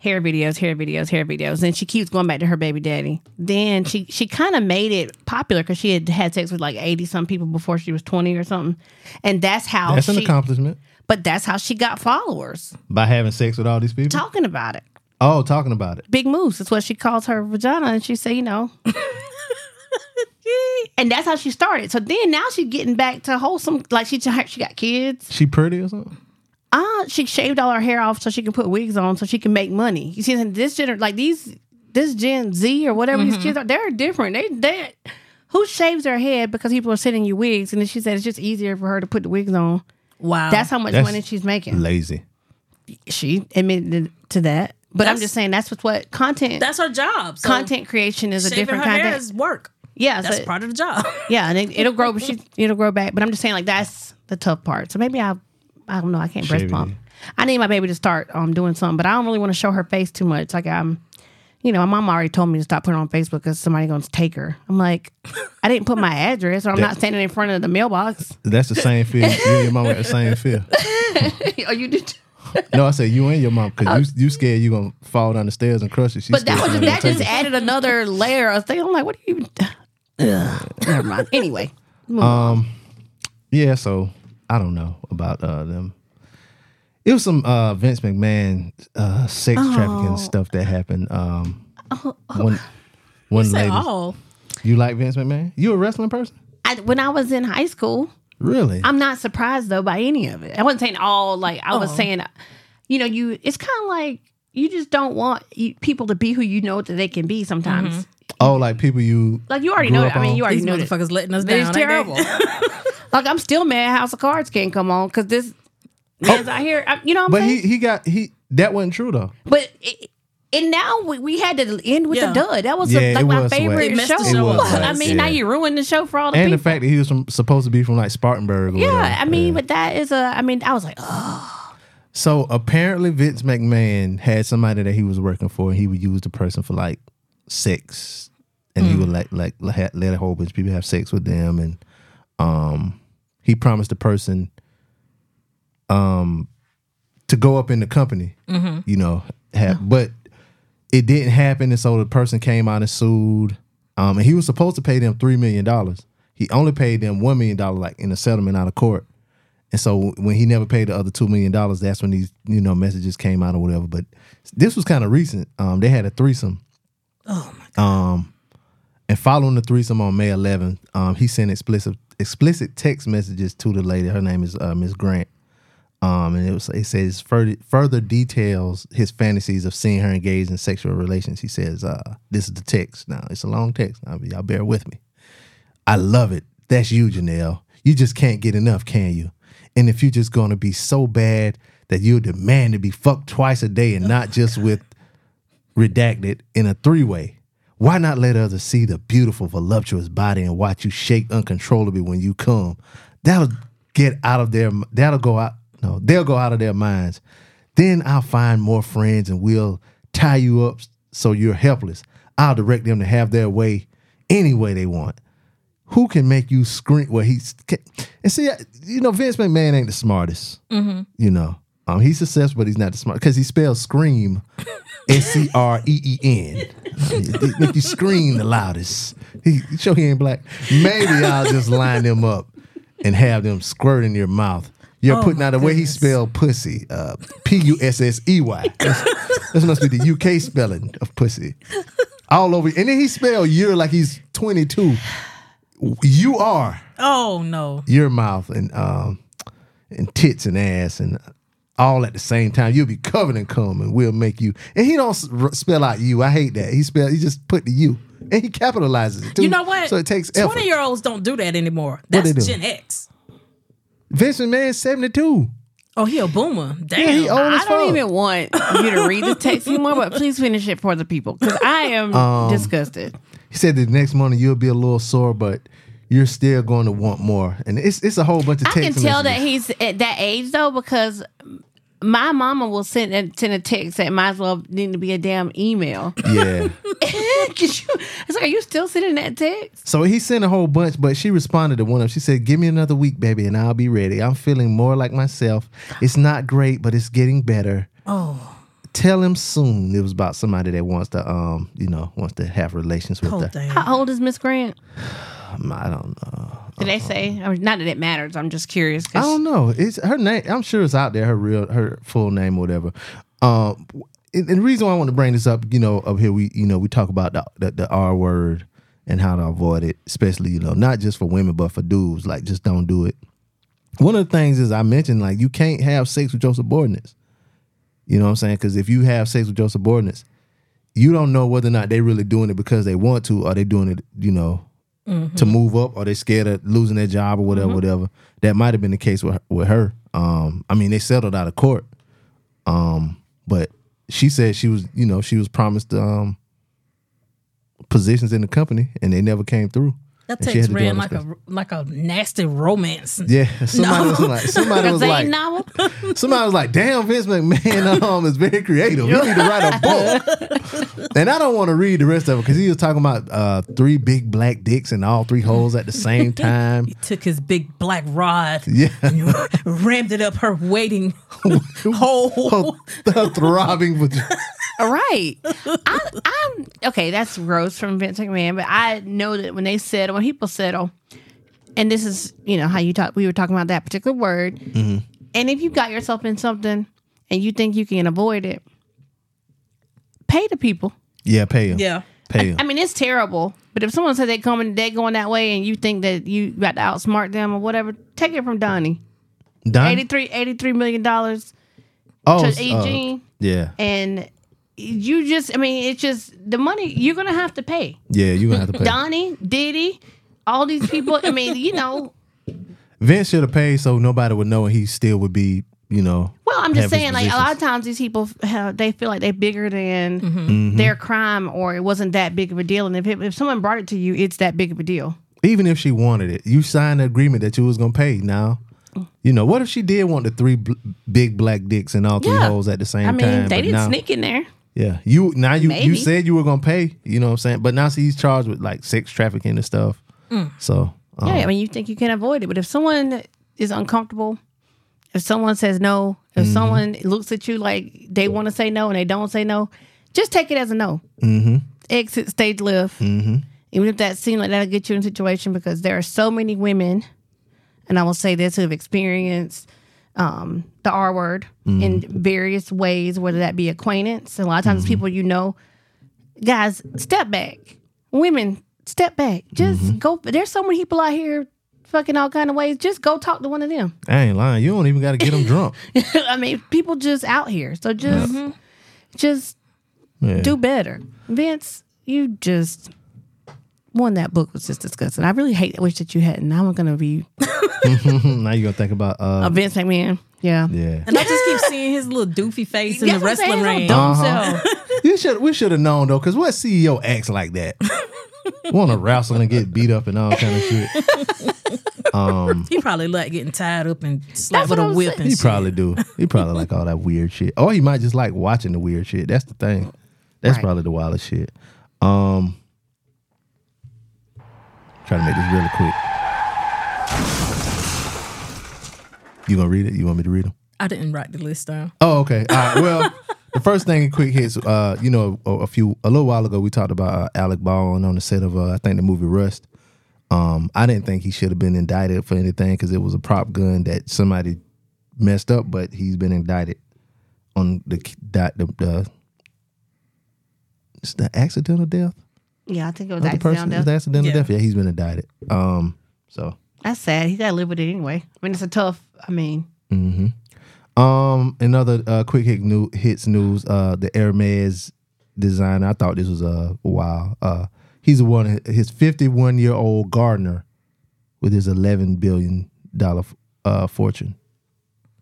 Speaker 5: hair videos, hair videos, hair videos. Then she keeps going back to her baby daddy. Then she she kind of made it popular because she had had sex with like eighty some people before she was twenty or something, and that's how
Speaker 4: That's an
Speaker 5: Oh, she.
Speaker 4: accomplishment
Speaker 5: but that's how she got followers
Speaker 4: by having sex with all these people.
Speaker 5: talking about it.
Speaker 4: oh, talking about it.
Speaker 5: Big moves is what she calls her vagina, and she said, you know. And that's how she started. So then now she's getting back to wholesome. Like she she got kids.
Speaker 4: She pretty or something?
Speaker 5: uh, she shaved all her hair off so she can put wigs on so she can make money. You see, this gener like these, this Gen Z or whatever
Speaker 6: Mm-hmm.
Speaker 5: these kids are, they're different. They they who shaves their head because people are sending you wigs, and then she said it's just easier for her to put the wigs on.
Speaker 6: Wow.
Speaker 5: That's how much
Speaker 4: That's-
Speaker 5: money she's making.
Speaker 4: Lazy.
Speaker 5: She admitted to that, but I'm
Speaker 6: That's-
Speaker 5: just saying that's what's what content
Speaker 6: That's her job. So
Speaker 5: content creation is a
Speaker 6: Shaving
Speaker 5: different
Speaker 6: her
Speaker 5: kind
Speaker 6: hair
Speaker 5: of
Speaker 6: is work.
Speaker 5: yeah.
Speaker 6: That's
Speaker 5: so-
Speaker 6: part of the job.
Speaker 5: yeah, and it, it'll grow, but she it'll grow back. But I'm just saying, like that's the tough part. So maybe I, I don't know. I can't breast
Speaker 4: Shave
Speaker 5: pump.
Speaker 4: it.
Speaker 5: I need my baby to start um doing something, but I don't really want to show her face too much. Like I'm, you know, my mom already told me to stop putting her on Facebook because somebody gonna take her. I'm like, I didn't put my address, or I'm not standing in front of the mailbox.
Speaker 4: That's the same feel. You and your mom got the same feel.
Speaker 5: or Oh, you did. Oh.
Speaker 4: No, I said you and your mom because you you scared you gonna fall down the stairs and crush it. She
Speaker 5: But that
Speaker 4: scared
Speaker 5: was
Speaker 4: she
Speaker 5: that
Speaker 4: gonna
Speaker 5: just
Speaker 4: take it.
Speaker 5: added another layer of thing. I'm like, what are you? Ugh, never mind. Anyway,
Speaker 4: yeah. So I don't know about uh, them. It was some uh, Vince McMahon uh, sex
Speaker 5: Oh.
Speaker 4: trafficking stuff that happened. Um, one one
Speaker 6: Say,
Speaker 4: lady.
Speaker 6: oh,
Speaker 4: You like Vince McMahon? You a wrestling person?
Speaker 5: I, when I was in high school,
Speaker 4: Really?
Speaker 5: I'm not surprised though by any of it. I wasn't saying all like I was saying, you know, you. It's kind of like you just don't want you, people to be who you know that they can be sometimes.
Speaker 4: oh, like people you
Speaker 5: Like you already
Speaker 4: Grew
Speaker 5: know.
Speaker 4: up
Speaker 5: it. I mean,
Speaker 4: on-
Speaker 5: you already
Speaker 6: these
Speaker 5: know. It.
Speaker 6: motherfuckers letting us down.
Speaker 5: It's
Speaker 6: ain't they?
Speaker 5: terrible. like I'm still mad House of Cards can't come on because this man's out here. I, you know what I'm
Speaker 4: But
Speaker 5: saying?
Speaker 4: he he got he that wasn't true though.
Speaker 5: but. It, and now we, we had to end with
Speaker 6: Yeah.
Speaker 5: a dud. That was
Speaker 4: Yeah,
Speaker 5: a-
Speaker 4: it
Speaker 5: like my
Speaker 4: was whack.
Speaker 5: favorite
Speaker 4: It
Speaker 6: messed
Speaker 5: show.
Speaker 6: the show
Speaker 4: up.
Speaker 5: I mean, now
Speaker 4: Yeah.
Speaker 5: you ruined the show for all the
Speaker 4: and
Speaker 5: people.
Speaker 4: the fact that he was from, supposed to be from like Spartanburg. Or
Speaker 5: yeah,
Speaker 4: whatever.
Speaker 5: I mean, but that is a. I mean, I was like, oh,
Speaker 4: So apparently Vince McMahon had somebody that he was working for, and he would use the person for like sex, and he would like like ha- let a whole bunch of people have sex with them, and um, he promised the person um to go up in the company, you know, have, but it didn't happen, and so the person came out and sued, um, and he was supposed to pay them three million dollars. He only paid them one million dollar, like in a settlement out of court. And so when he never paid the other two million dollars, that's when these you know messages came out or whatever. But this was kind of recent. Um, they had a threesome. Oh my god. Um, and following the threesome on May 11th, um, he sent explicit explicit text messages to the lady. Her name is uh, Miss Grant. Um, and it was it says further further details his fantasies of seeing her engaged in sexual relations. He says, uh, "This is the text. Now it's a long text. Now y'all bear with me. I love it. That's you, Janelle. You just can't get enough, can you? And if you're just gonna be so bad that you'll demand to be fucked twice a day and not just with redacted in a three way. Why not let others see the beautiful, voluptuous body and watch you shake uncontrollably when you come? That'll get out of their. That'll go out. No, they'll go out of their minds. Then I'll find more friends and we'll tie you up so you're helpless. I'll direct them to have their way any way they want. Who can make you scream? Well, he's and see, you know, Vince McMahon
Speaker 6: Mm-hmm.
Speaker 4: ain't the smartest. You know, um, he's successful, but he's not the smart because he spells scream S C R E E N. If you scream the loudest, he show he ain't black. Maybe I'll just line them up and have them squirt in your mouth. You're
Speaker 6: Oh,
Speaker 4: putting out the
Speaker 6: my
Speaker 4: way he
Speaker 6: goodness.
Speaker 4: spelled pussy, uh, P U S S E Y. That's- This must be the UK spelling of pussy. All over, and then he spelled year like he's 22. You are
Speaker 6: Oh no.
Speaker 4: your mouth and um and tits and ass and all at the same time. You'll be covered in cum and we'll make you. And he don't s- r- spell out you. I hate that. He spell. He just put the you and he capitalizes it too.
Speaker 6: You know what?
Speaker 4: So it takes effort.
Speaker 6: Twenty year olds don't do that anymore. That's
Speaker 4: they do?
Speaker 6: Gen X.
Speaker 4: Vince McMahon's seventy two.
Speaker 6: Oh, he a boomer. Damn.
Speaker 4: Yeah, he old as
Speaker 5: I don't
Speaker 4: fuck.
Speaker 5: even want you to read the text anymore, but please finish it for the people because I am
Speaker 4: Um,
Speaker 5: disgusted.
Speaker 4: He said the next morning you'll be a little sore, but you're still going to want more. And it's it's a whole bunch of
Speaker 5: I
Speaker 4: text
Speaker 5: can tell that
Speaker 4: messages.
Speaker 5: he's at that age though because my mama will send a, send a text that might as well need to be a damn email.
Speaker 4: yeah.
Speaker 5: it's like, are you still sending that text?
Speaker 4: So he sent a whole bunch, but she responded to one of them. She said, Give me another week, baby, and I'll be ready. I'm feeling more like myself. It's not great, but it's getting better. Oh. Tell him soon. It was about somebody that wants to um, you know, wants to have relations with
Speaker 6: Oh,
Speaker 4: her.
Speaker 6: damn.
Speaker 5: How old is Miss Grant?
Speaker 4: Um, I don't know.
Speaker 5: Did they say? I mean, not that it matters. I'm just curious.
Speaker 4: I
Speaker 5: 'cause
Speaker 4: don't know. It's her name. I'm sure it's out there. Her real, her full name, or whatever. Um, and, and the reason why I want to bring this up, you know, up here, we, you know, we talk about the, the, the R word and how to avoid it, especially, you know, not just for women, but for dudes. Like, just don't do it. One of the things is I mentioned, like, you can't have sex with your subordinates. You know what I'm saying? Because if you have sex with your subordinates, you don't know whether or not they really doing it because they want to, or they doing it, you know,
Speaker 6: Mm-hmm.
Speaker 4: to move up, or they scared of losing their job or whatever, whatever. That might have been the case with her, with her. Um, I mean, they settled out of court, um, but she said she was, you know, she was promised um, positions in the company, and they never came through.
Speaker 6: That
Speaker 4: And she
Speaker 6: text
Speaker 4: had to do all
Speaker 6: ran
Speaker 4: this
Speaker 6: like
Speaker 4: stuff.
Speaker 6: a like a nasty romance.
Speaker 4: yeah. Somebody was like, somebody was
Speaker 5: Zane
Speaker 4: like,
Speaker 5: novel?
Speaker 4: Somebody was like, "Damn, Vince McMahon um, is very creative. You need to write a book." and I don't want to read the rest of it because he was talking about uh, three big black dicks and all three holes at the same time.
Speaker 6: Took his big black rod
Speaker 4: Yeah,
Speaker 6: and rammed it up her waiting
Speaker 4: Oh.
Speaker 6: hole.
Speaker 4: the throbbing. vag-
Speaker 5: Right. I, I'm okay. That's gross from Vince McMahon, but I know that when they settle, when people settle, and this is you know how you talk. We were talking about that particular word,
Speaker 4: Mm-hmm.
Speaker 5: and if you got yourself in something and you think you can avoid it, pay the people.
Speaker 4: Yeah, pay him.
Speaker 6: Yeah.
Speaker 4: pay him.
Speaker 5: I mean, it's terrible. But if someone says they coming, they going that way, and you think that you got to outsmart them or whatever, take it from Donnie.
Speaker 4: Mm-hmm. Don?
Speaker 5: 83, 83 million dollars
Speaker 4: oh,
Speaker 5: to E
Speaker 4: uh,
Speaker 5: Eugene,
Speaker 4: yeah,
Speaker 5: and you just, I mean, it's just the money you're gonna have to pay.
Speaker 4: yeah. You gonna have to pay.
Speaker 5: Donnie, Diddy, all these people. I mean, you know.
Speaker 4: Vince should have paid so nobody would know, and he still would be, you know.
Speaker 5: Well, I'm just
Speaker 4: have his
Speaker 5: saying, like a lot of
Speaker 4: positions.
Speaker 5: times these people, uh, they feel like they're bigger than
Speaker 4: Mm-hmm.
Speaker 5: their crime, or it wasn't that big of a deal. And if it, if someone brought it to you, it's that big of a deal.
Speaker 4: Even if she wanted it, you signed an agreement that you was gonna pay. Now, you know, what if she did want the three bl- big black dicks and all three
Speaker 5: Yeah.
Speaker 4: holes at the same
Speaker 5: I mean,
Speaker 4: time?
Speaker 5: they
Speaker 4: but
Speaker 5: didn't
Speaker 4: now-
Speaker 5: sneak in there.
Speaker 4: Yeah, you now you you
Speaker 5: Maybe.
Speaker 4: said you were gonna pay. You know what I'm saying? But now see, he's charged with like sex trafficking and stuff. So um,
Speaker 5: Mm. Yeah, I mean, you think you can avoid it, but if someone is uncomfortable, if someone says no, if someone looks at you like they want to say no and they don't say no, just take it as a no. Mm-hmm. Exit stage left. Mm-hmm. Even if that seems like that'll get you in a situation, because there are so many women, and I will say this, who have experienced um, the R word in various ways, whether that be acquaintance. A lot of times, people you know, guys, step back. Women, step back. Just
Speaker 4: Mm-hmm.
Speaker 5: go. There's so many people out here fucking all kind of ways. Just go talk to one of them.
Speaker 4: I ain't lying. You don't even got to get him drunk.
Speaker 5: I mean, people just out here. So just, just
Speaker 4: Yeah.
Speaker 5: do better. Vince, you just. One that book was just disgusting. I really hate. I wish that you hadn't. Now I'm gonna be
Speaker 4: now you gonna think about uh,
Speaker 5: a Vince McMahon. Yeah.
Speaker 4: yeah.
Speaker 6: And I just keep seeing his little doofy face in the
Speaker 5: That's what I'm saying,
Speaker 6: wrestling
Speaker 5: it's all
Speaker 6: ring.
Speaker 5: dumb
Speaker 4: Uh-huh.
Speaker 5: self.
Speaker 4: You should we should have known though, because what CEO acts like that? want to wrestle and get beat up and all kind of shit.
Speaker 6: He probably like getting tied up and
Speaker 5: That's
Speaker 6: slapped with
Speaker 5: what
Speaker 6: a
Speaker 5: I'm
Speaker 6: whip
Speaker 5: saying.
Speaker 6: and
Speaker 4: He
Speaker 6: shit.
Speaker 4: probably do. He probably like all that weird shit. Or he might just like watching the weird shit. That's the thing. That's probably the wildest shit. Um Try to make this really quick. You gonna read it? You want me to read them?
Speaker 6: I didn't write the list down.
Speaker 4: Oh, okay. All right. Well, the first thing in quick hits, uh, you know, a, a few a little while ago we talked about uh, Alec Baldwin on the set of uh, I think the movie Rust. Um, I didn't think he should have been indicted for anything because it was a prop gun that somebody messed up, but he's been indicted on the the, the, the, it's the accidental death.
Speaker 5: Yeah, I think it was
Speaker 4: of the person.
Speaker 5: accidental.
Speaker 4: It's the accidental
Speaker 6: Yeah.
Speaker 4: death. Yeah, he's been indicted. Um, so
Speaker 5: That's sad. He got to live with it anyway. I mean, it's a tough. I mean,
Speaker 4: Um, another uh, quick hit new, hits news. Uh, the Hermes designer. I thought this was a wow. Uh, he's one his fifty one year old gardener with his eleven billion dollar uh, fortune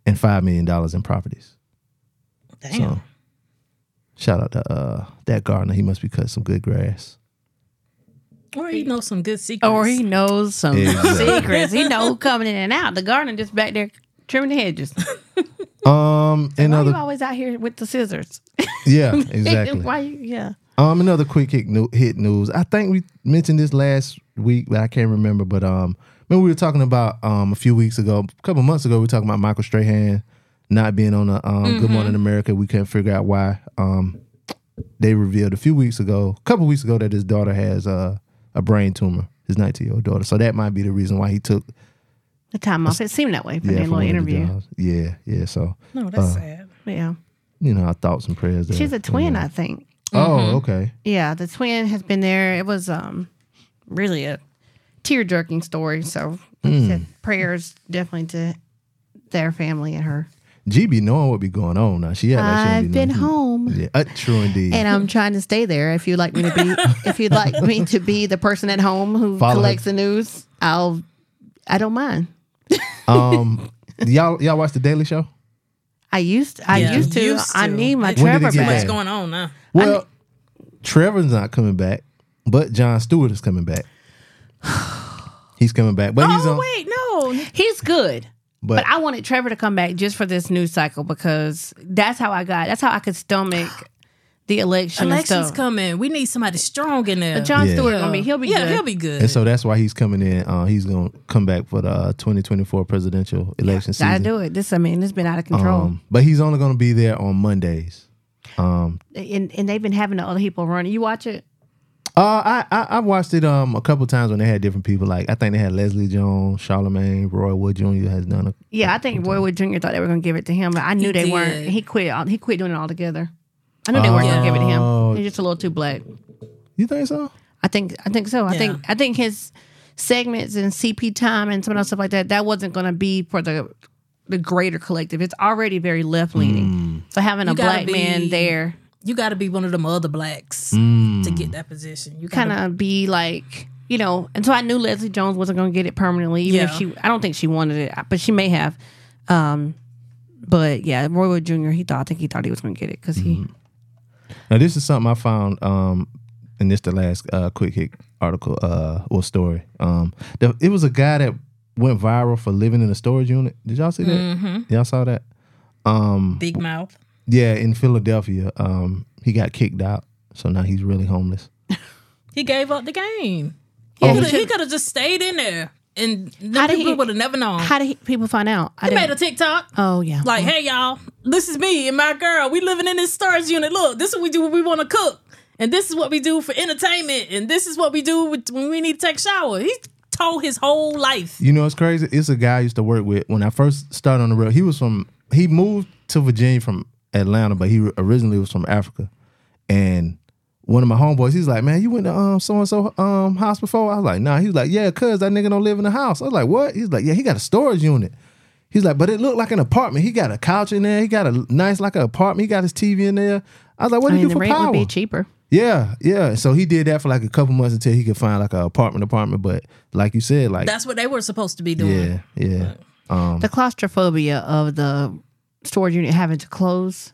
Speaker 4: and five million dollars in properties.
Speaker 6: Damn.
Speaker 4: So, shout out to uh, that gardener. He must be cutting some good grass.
Speaker 6: Or he knows some good secrets.
Speaker 5: or he knows some
Speaker 4: Exactly.
Speaker 5: secrets. He know who coming in and out. The gardener just back there trimming the hedges.
Speaker 4: Um,
Speaker 5: Why you
Speaker 4: another
Speaker 5: always out here with the scissors?
Speaker 4: yeah, exactly.
Speaker 5: Why? You, yeah.
Speaker 4: Um, another quick hit, new, hit news. I think we mentioned this last week, but I can't remember. But um, remember we were talking about um a few weeks ago, a couple months ago, we were talking about Michael Strahan not being on the um Good Morning
Speaker 5: Mm-hmm.
Speaker 4: America. We couldn't figure out why. Um, they revealed a few weeks ago, a couple weeks ago, that his daughter has uh, a brain tumor. His 19 year old daughter. So that might be the reason why he took
Speaker 5: The time off. It seemed that way from
Speaker 4: yeah
Speaker 5: that
Speaker 4: for
Speaker 5: little
Speaker 4: one of the
Speaker 5: interview.
Speaker 4: jobs. Yeah, yeah. So
Speaker 6: No, that's
Speaker 4: Uh,
Speaker 6: sad.
Speaker 5: Yeah.
Speaker 4: you know, our thoughts and prayers. there.
Speaker 5: She's a mm-hmm. twin, I think.
Speaker 4: Oh, okay.
Speaker 5: Yeah, the twin has been there. It was um really a tear jerking story. So like I
Speaker 4: Hmm.
Speaker 5: said, prayers definitely to their family and her.
Speaker 4: GB knowing what be going on now. She act like she
Speaker 5: I've
Speaker 4: ain't do
Speaker 5: been
Speaker 4: nothing.
Speaker 5: home.
Speaker 4: Yeah, uh, true indeed.
Speaker 5: And I'm trying to stay there. If you'd like me to be, if you'd like me to be the person at home who
Speaker 4: Follow her.
Speaker 5: collects the news, I'll. I don't mind.
Speaker 4: Um, y'all y'all watch the Daily Show?
Speaker 5: I used. I
Speaker 6: Yeah.
Speaker 5: used, to,
Speaker 6: Used
Speaker 5: I
Speaker 6: to.
Speaker 5: need my
Speaker 6: When did it
Speaker 5: Trevor
Speaker 4: get
Speaker 5: back.
Speaker 4: bad?
Speaker 6: What's going on now?
Speaker 4: Well, Trevor's not coming back, but John Stewart is coming back. He's coming back, but he's on.
Speaker 6: Oh, wait, no.
Speaker 5: He's good.
Speaker 4: But,
Speaker 5: But I wanted Trevor to come back just for this news cycle because that's how I got. That's how I could stomach the election. and
Speaker 6: Election's
Speaker 5: stuff.
Speaker 6: coming. We need somebody strong in there.
Speaker 5: John
Speaker 4: Yeah.
Speaker 5: Stewart gonna be. He'll be.
Speaker 6: yeah,
Speaker 5: good.
Speaker 6: he'll be good.
Speaker 4: and so that's why he's coming in. Uh, he's gonna come back for the uh, 2024 presidential election season.
Speaker 5: Gotta do it. This. I mean, it's been out of control.
Speaker 4: Um, but he's only gonna be there on Mondays.
Speaker 5: and and they've been having the other people run. You watch it.
Speaker 4: Uh, I, I I watched it um a couple times when they had different people. Like I think they had Leslie Jones, Charlemagne, Roy Wood Jr. has done a
Speaker 5: Yeah, I think Roy Wood Jr. thought they were gonna give it to him, but I knew
Speaker 6: He
Speaker 5: they
Speaker 6: did.
Speaker 5: weren't. He quit. all- He quit doing it altogether. I knew they weren't gonna give it to
Speaker 4: Oh.
Speaker 5: him. He's just a little too black.
Speaker 4: You think so?
Speaker 5: I think. I think so. I think. I think his segments and CP time and some of that stuff like that. That wasn't gonna be for the the greater collective. It's already very left leaning. So having a
Speaker 6: You gotta
Speaker 5: black man
Speaker 6: be-
Speaker 5: there
Speaker 6: you got to be one of them other blacks
Speaker 4: Mm.
Speaker 6: to get that position. You
Speaker 5: kind
Speaker 6: kind of
Speaker 5: of be like. You know, and so I knew Leslie Jones wasn't going to get it permanently, even if
Speaker 6: Yeah.
Speaker 5: she, I don't think she wanted it, but she may have. Um, but yeah, Roy Wood Jr., he thought, I think he thought he was going to get it because he,
Speaker 4: Mm-hmm. Now this is something I found um and this the last uh quick hit article uh or story. Um the, it was a guy that went viral for living in a storage unit. Did y'all see that? Y'all saw that?
Speaker 6: big mouth.
Speaker 4: Yeah, in Philadelphia. Um he got kicked out. So now he's really homeless.
Speaker 6: He gave up the game.
Speaker 4: Oh,
Speaker 6: Coulda- he could have just stayed in there, and the
Speaker 5: How did
Speaker 6: people
Speaker 5: he-
Speaker 6: would have never known.
Speaker 5: How did he, people find out? I
Speaker 6: he made a
Speaker 5: didn't-
Speaker 6: TikTok.
Speaker 5: oh yeah,
Speaker 6: Like, hey y'all, this is me and my girl. We living in this storage unit. Look, this is what we do when we want to cook, and this is what we do for entertainment, and this is what we do with, when we need to take a shower. He told his whole life.
Speaker 4: You know it's crazy? It's a guy I used to work with when I first started on the road. He was from he moved to Virginia from Atlanta, but he originally was from Africa. And one of my homeboys, he's like, Man, you went to um so and so um house before? I was like, nah. He was like, Yeah, cuz that nigga don't live in the house. I was like, What? He's like, Yeah, he got a storage unit. He's like, but it looked like an apartment. He got a couch in there. He got a nice like an apartment. He got his TV in there. I was like, what
Speaker 5: I
Speaker 4: do you do
Speaker 5: mean the
Speaker 4: for
Speaker 5: rent
Speaker 4: power?
Speaker 5: would be cheaper.
Speaker 4: Yeah, yeah. So he did that for like a couple months until he could find like an apartment apartment. But like you said, like
Speaker 6: That's what they were supposed to be doing.
Speaker 4: yeah, yeah. Um.
Speaker 5: The claustrophobia of the storage unit having to close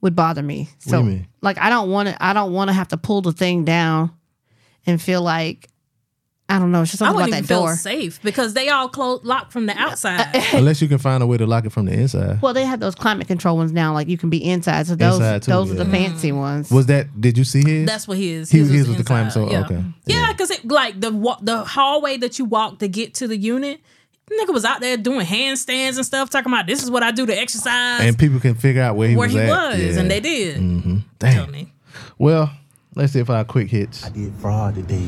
Speaker 5: would bother me. So
Speaker 4: you mean?
Speaker 5: like I don't want to I don't want to have to pull the thing down and feel like I don't know, it's just
Speaker 6: I
Speaker 5: something about
Speaker 6: wouldn't even
Speaker 5: that
Speaker 6: feel
Speaker 5: door.
Speaker 6: safe because they all closed locked from the outside.
Speaker 4: Unless you can find a way to lock it from the inside.
Speaker 5: Well, they have those climate control ones now like you can be inside. So those
Speaker 4: Inside, too,
Speaker 5: those are the
Speaker 4: yeah.
Speaker 5: fancy ones.
Speaker 4: Was that? Did you see his?
Speaker 6: That's what he is.
Speaker 4: He
Speaker 6: His
Speaker 4: was- his was the
Speaker 6: inside.
Speaker 4: climb, so,
Speaker 6: yeah.
Speaker 4: okay.
Speaker 6: Yeah, because it like the wa- the hallway that you walk to get to the unit Nigga was out there doing handstands and stuff, talking about this is what I do to exercise.
Speaker 4: and people can figure out where he
Speaker 6: where
Speaker 4: was
Speaker 6: he
Speaker 4: at.
Speaker 6: was,
Speaker 4: Yeah. Mm.
Speaker 6: and they did. Tell
Speaker 4: Damn.
Speaker 6: me.
Speaker 4: Well, let's see if our quick hits.
Speaker 7: I did fraud today.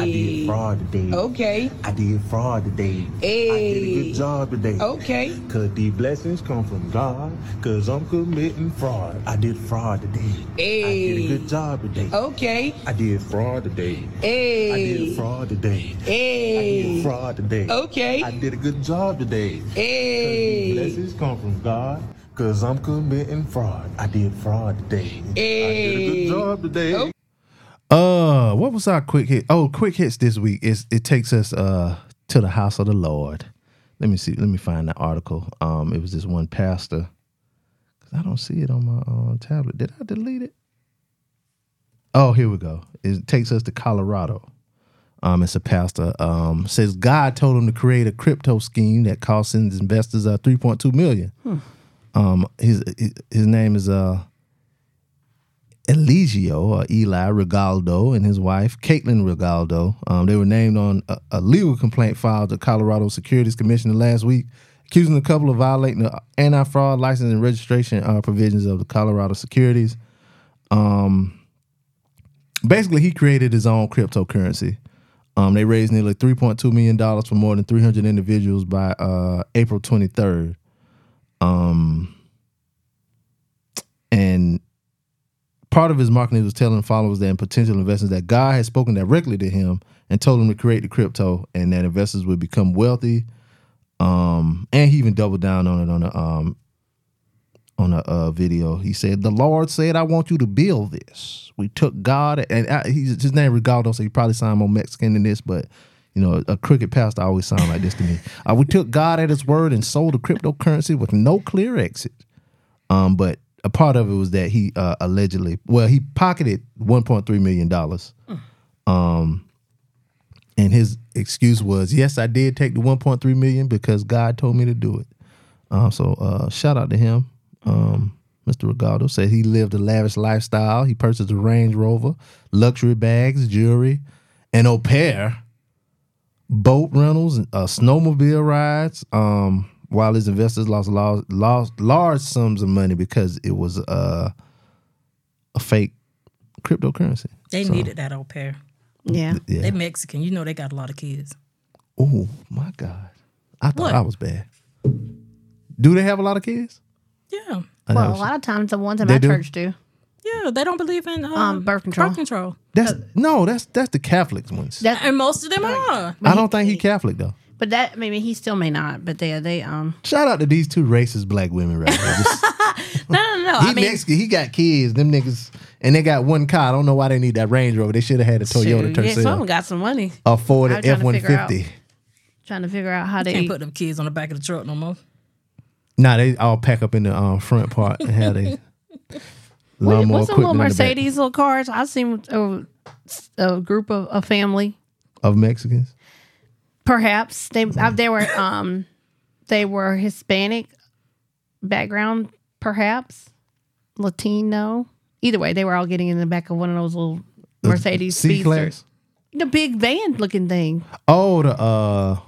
Speaker 7: I did fraud today.
Speaker 8: Oh. Okay.
Speaker 7: I did fraud today. I did a good job today.
Speaker 8: Okay.
Speaker 7: Cause these blessings come from God. Cause I'm committing fraud. I did fraud today. I did a good job today.
Speaker 8: Okay.
Speaker 7: I did fraud today. I did
Speaker 8: Oh. Hey.
Speaker 7: fraud today. I
Speaker 8: Hey.
Speaker 7: did fraud today.
Speaker 8: Okay.
Speaker 7: I did a good job today. Cause these
Speaker 8: Hey.
Speaker 7: blessings come from God. Cause I'm committing fraud. I did fraud today. I did a
Speaker 8: Hey. Oh.
Speaker 7: good job today.
Speaker 4: Uh, what was our quick hit? Oh, quick hits this week is it takes us uh to the house of the Lord. Let me see. Let me find the article. Um, it was this one pastor. Cause I don't see it on my um, tablet. Did I delete it? Oh, here we go. It takes us to Colorado. Um, it's a pastor. Um, says God told him to create a crypto scheme that costs his investors uh three point two million. Um, his his- his name is uh Eligio or Eli Rigaldo and his wife, Caitlin Rigaldo. Um, they were named on a, a legal complaint filed to Colorado Securities Commissioner last week, accusing the couple of violating the anti fraud license and registration uh, provisions of the Colorado Securities. Um, basically, he created his own cryptocurrency. Um, they raised nearly $3.2 million for more than 300 individuals by uh, April 23rd. Um, and part of his marketing was telling followers and potential investors that God had spoken directly to him and told him to create the crypto and that investors would become wealthy. Um, and he even doubled down on it on a um, on a uh, video. He said, "The Lord said, I want you to build this. We took God and I, he's, his name Rigaldo, so he probably sound more Mexican than this, but." You know, a crooked pastor always sound like this to me. Uh, we took God at His word and sold a cryptocurrency with no clear exit. Um, but a part of it was that he uh, allegedly, well, he pocketed 1.3 million dollars. Um, and his excuse was, "Yes, I did take the 1.3 million because God told me to do it." Um, so uh, shout out to him. Um, Mr. Regaldo said he lived a lavish lifestyle. He purchased a Range Rover, luxury bags, jewelry, an au pair boat rentals, uh, snowmobile rides. Um, while his investors lost, lost lost large sums of money because it was uh, a fake cryptocurrency.
Speaker 6: They needed that au pair.
Speaker 5: Yeah.
Speaker 6: They
Speaker 4: Yeah.
Speaker 6: Mexican. You know they got a lot of kids.
Speaker 4: Oh my God! I thought
Speaker 6: What?
Speaker 4: I was bad. Do they have a lot of kids?
Speaker 6: Yeah.
Speaker 4: I
Speaker 5: Well, uh,
Speaker 4: know
Speaker 5: a lot of times the ones in
Speaker 4: They
Speaker 5: my
Speaker 4: do?
Speaker 5: church do.
Speaker 6: Yeah. They don't believe in um,
Speaker 5: Um, birth control.
Speaker 6: Birth control.
Speaker 4: that's no, that's that's the Catholic ones.
Speaker 5: That-
Speaker 6: And most of them are.
Speaker 4: I don't think he Catholic though.
Speaker 5: But that, I mean, he still may not. But they, they, um,
Speaker 4: Shout out to these two racist black women right now. Just-
Speaker 5: no, no, no.
Speaker 4: he
Speaker 5: I mean,
Speaker 4: Mexican, he got kids. Them niggas, and they got one car. I don't know why they need that Range Rover. They should have had a Toyota
Speaker 5: shoot, yeah, some of
Speaker 4: Tercel,
Speaker 5: them got some money.
Speaker 4: a Ford
Speaker 5: I was
Speaker 4: F
Speaker 5: trying
Speaker 4: one
Speaker 5: to figure out.
Speaker 4: fifty.
Speaker 5: Trying to figure out how
Speaker 6: Can't
Speaker 5: they.
Speaker 6: put them kids on the back of the truck no more.
Speaker 4: Nah, they all pack up in the um, front part and have they.
Speaker 5: What,
Speaker 4: lawnmower
Speaker 5: what's the
Speaker 4: equipment
Speaker 5: little
Speaker 4: in the back
Speaker 5: Mercedes little cars? I've seen a, a group of a family.
Speaker 4: of Mexicans?
Speaker 5: Perhaps they uh, they were um they were Hispanic background, perhaps Latino. Either way, they were all getting in the back of one of those little Mercedes speedsters,
Speaker 4: C-Class?
Speaker 5: the big van looking thing.
Speaker 4: Oh, the uh,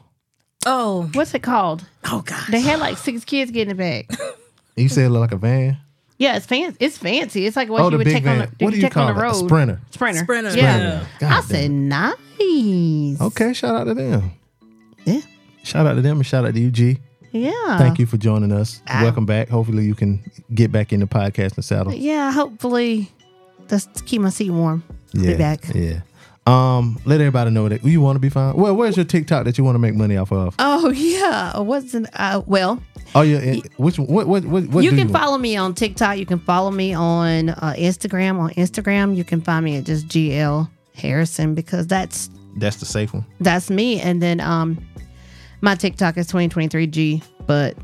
Speaker 6: Oh.
Speaker 5: What's it called?
Speaker 6: Oh God.
Speaker 5: They had like six kids getting it back.
Speaker 4: you said it looked like a van.
Speaker 5: Yeah, it's fancy. It's fancy. It's like what
Speaker 4: oh,
Speaker 5: you
Speaker 4: the
Speaker 5: would
Speaker 4: big
Speaker 5: take
Speaker 4: van.
Speaker 5: on the,
Speaker 4: what do you
Speaker 5: take
Speaker 4: call
Speaker 5: on the
Speaker 4: it? A
Speaker 5: road.
Speaker 4: sprinter.
Speaker 5: Sprinter.
Speaker 6: Sprinter.
Speaker 5: Yeah.
Speaker 6: Yeah.
Speaker 4: God
Speaker 5: I
Speaker 4: damn. Oh.
Speaker 5: said nice.
Speaker 4: Okay, shout out to them.
Speaker 5: Yeah.
Speaker 4: Shout out to them and shout out to you,
Speaker 5: Uh-huh.
Speaker 4: G.
Speaker 5: Yeah.
Speaker 4: Thank you for joining us.
Speaker 5: Uh-huh.
Speaker 4: Welcome back. Hopefully, you can get back in the podcast and saddle.
Speaker 5: Yeah, hopefully that's to keep my seat warm. I'll
Speaker 4: yeah,
Speaker 5: be back.
Speaker 4: Yeah. Um, let everybody know that you want to be found. Well, where's your TikTok that you want to make money off of?
Speaker 5: Oh yeah. What's in uh well,
Speaker 4: Oh, yeah. and Which what what what, what
Speaker 5: you
Speaker 4: do
Speaker 5: can
Speaker 4: you want?
Speaker 5: follow me on TikTok. You can follow me on uh, Instagram. On Instagram, you can find me at just GL Harrison because that's
Speaker 4: That's the safe one.
Speaker 5: that's me. And then um my TikTok is 2023G, but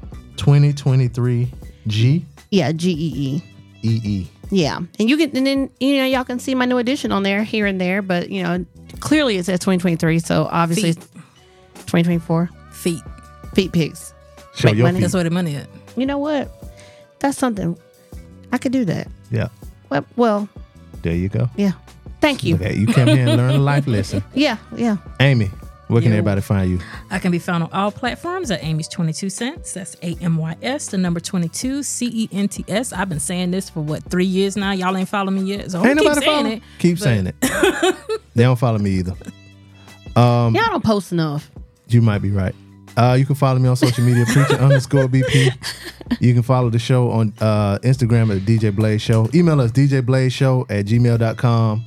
Speaker 4: 2023 G
Speaker 5: yeah, G E E.
Speaker 4: E E.
Speaker 5: Yeah. And you can and then you know, y'all can see my new edition on there here and there, but you know, clearly it's at 2023, so obviously it's 2024.
Speaker 6: Feet.
Speaker 5: Feet pics.
Speaker 4: Show
Speaker 5: Make
Speaker 4: your
Speaker 5: money.
Speaker 4: feet.
Speaker 6: That's where the money at.
Speaker 5: you know what? That's something. I could do that.
Speaker 4: Yeah.
Speaker 5: Well, well
Speaker 4: There you go.
Speaker 5: yeah. Thank you.
Speaker 4: Okay, you came here and learned a life lesson.
Speaker 5: Yeah, yeah.
Speaker 4: Amy, Where can everybody find you?
Speaker 6: I can be found on all platforms at Amy's 22 Cents. That's A M Y S, the number 22, C E N T S. I've been saying this for what, three years now? Y'all ain't following me yet. So I'm
Speaker 4: Ain't
Speaker 6: keep
Speaker 4: nobody
Speaker 6: saying
Speaker 4: follow-
Speaker 6: it.
Speaker 4: Keep saying it. they don't follow me either.
Speaker 9: Y'all don't post enough.
Speaker 4: You might be right. Uh, you can follow me on social media, preacher underscore BP. You can follow the show on uh, Instagram at DJ Blaze Show. Email us djblazeshow at gmail.com.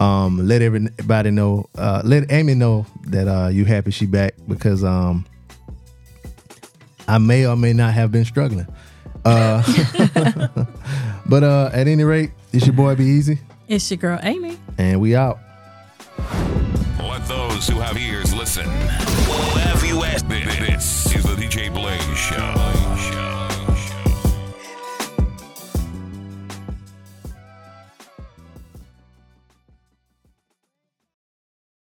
Speaker 4: Um, let everybody know, uh, let Amy know that uh, you happy she back because um, I may or may not have been struggling. Uh, but uh, at any rate, it's your boy Be Easy,
Speaker 6: It's your girl, Amy.
Speaker 4: and we out.
Speaker 2: Let those who have ears listen. We'll have you at this. This is the DJ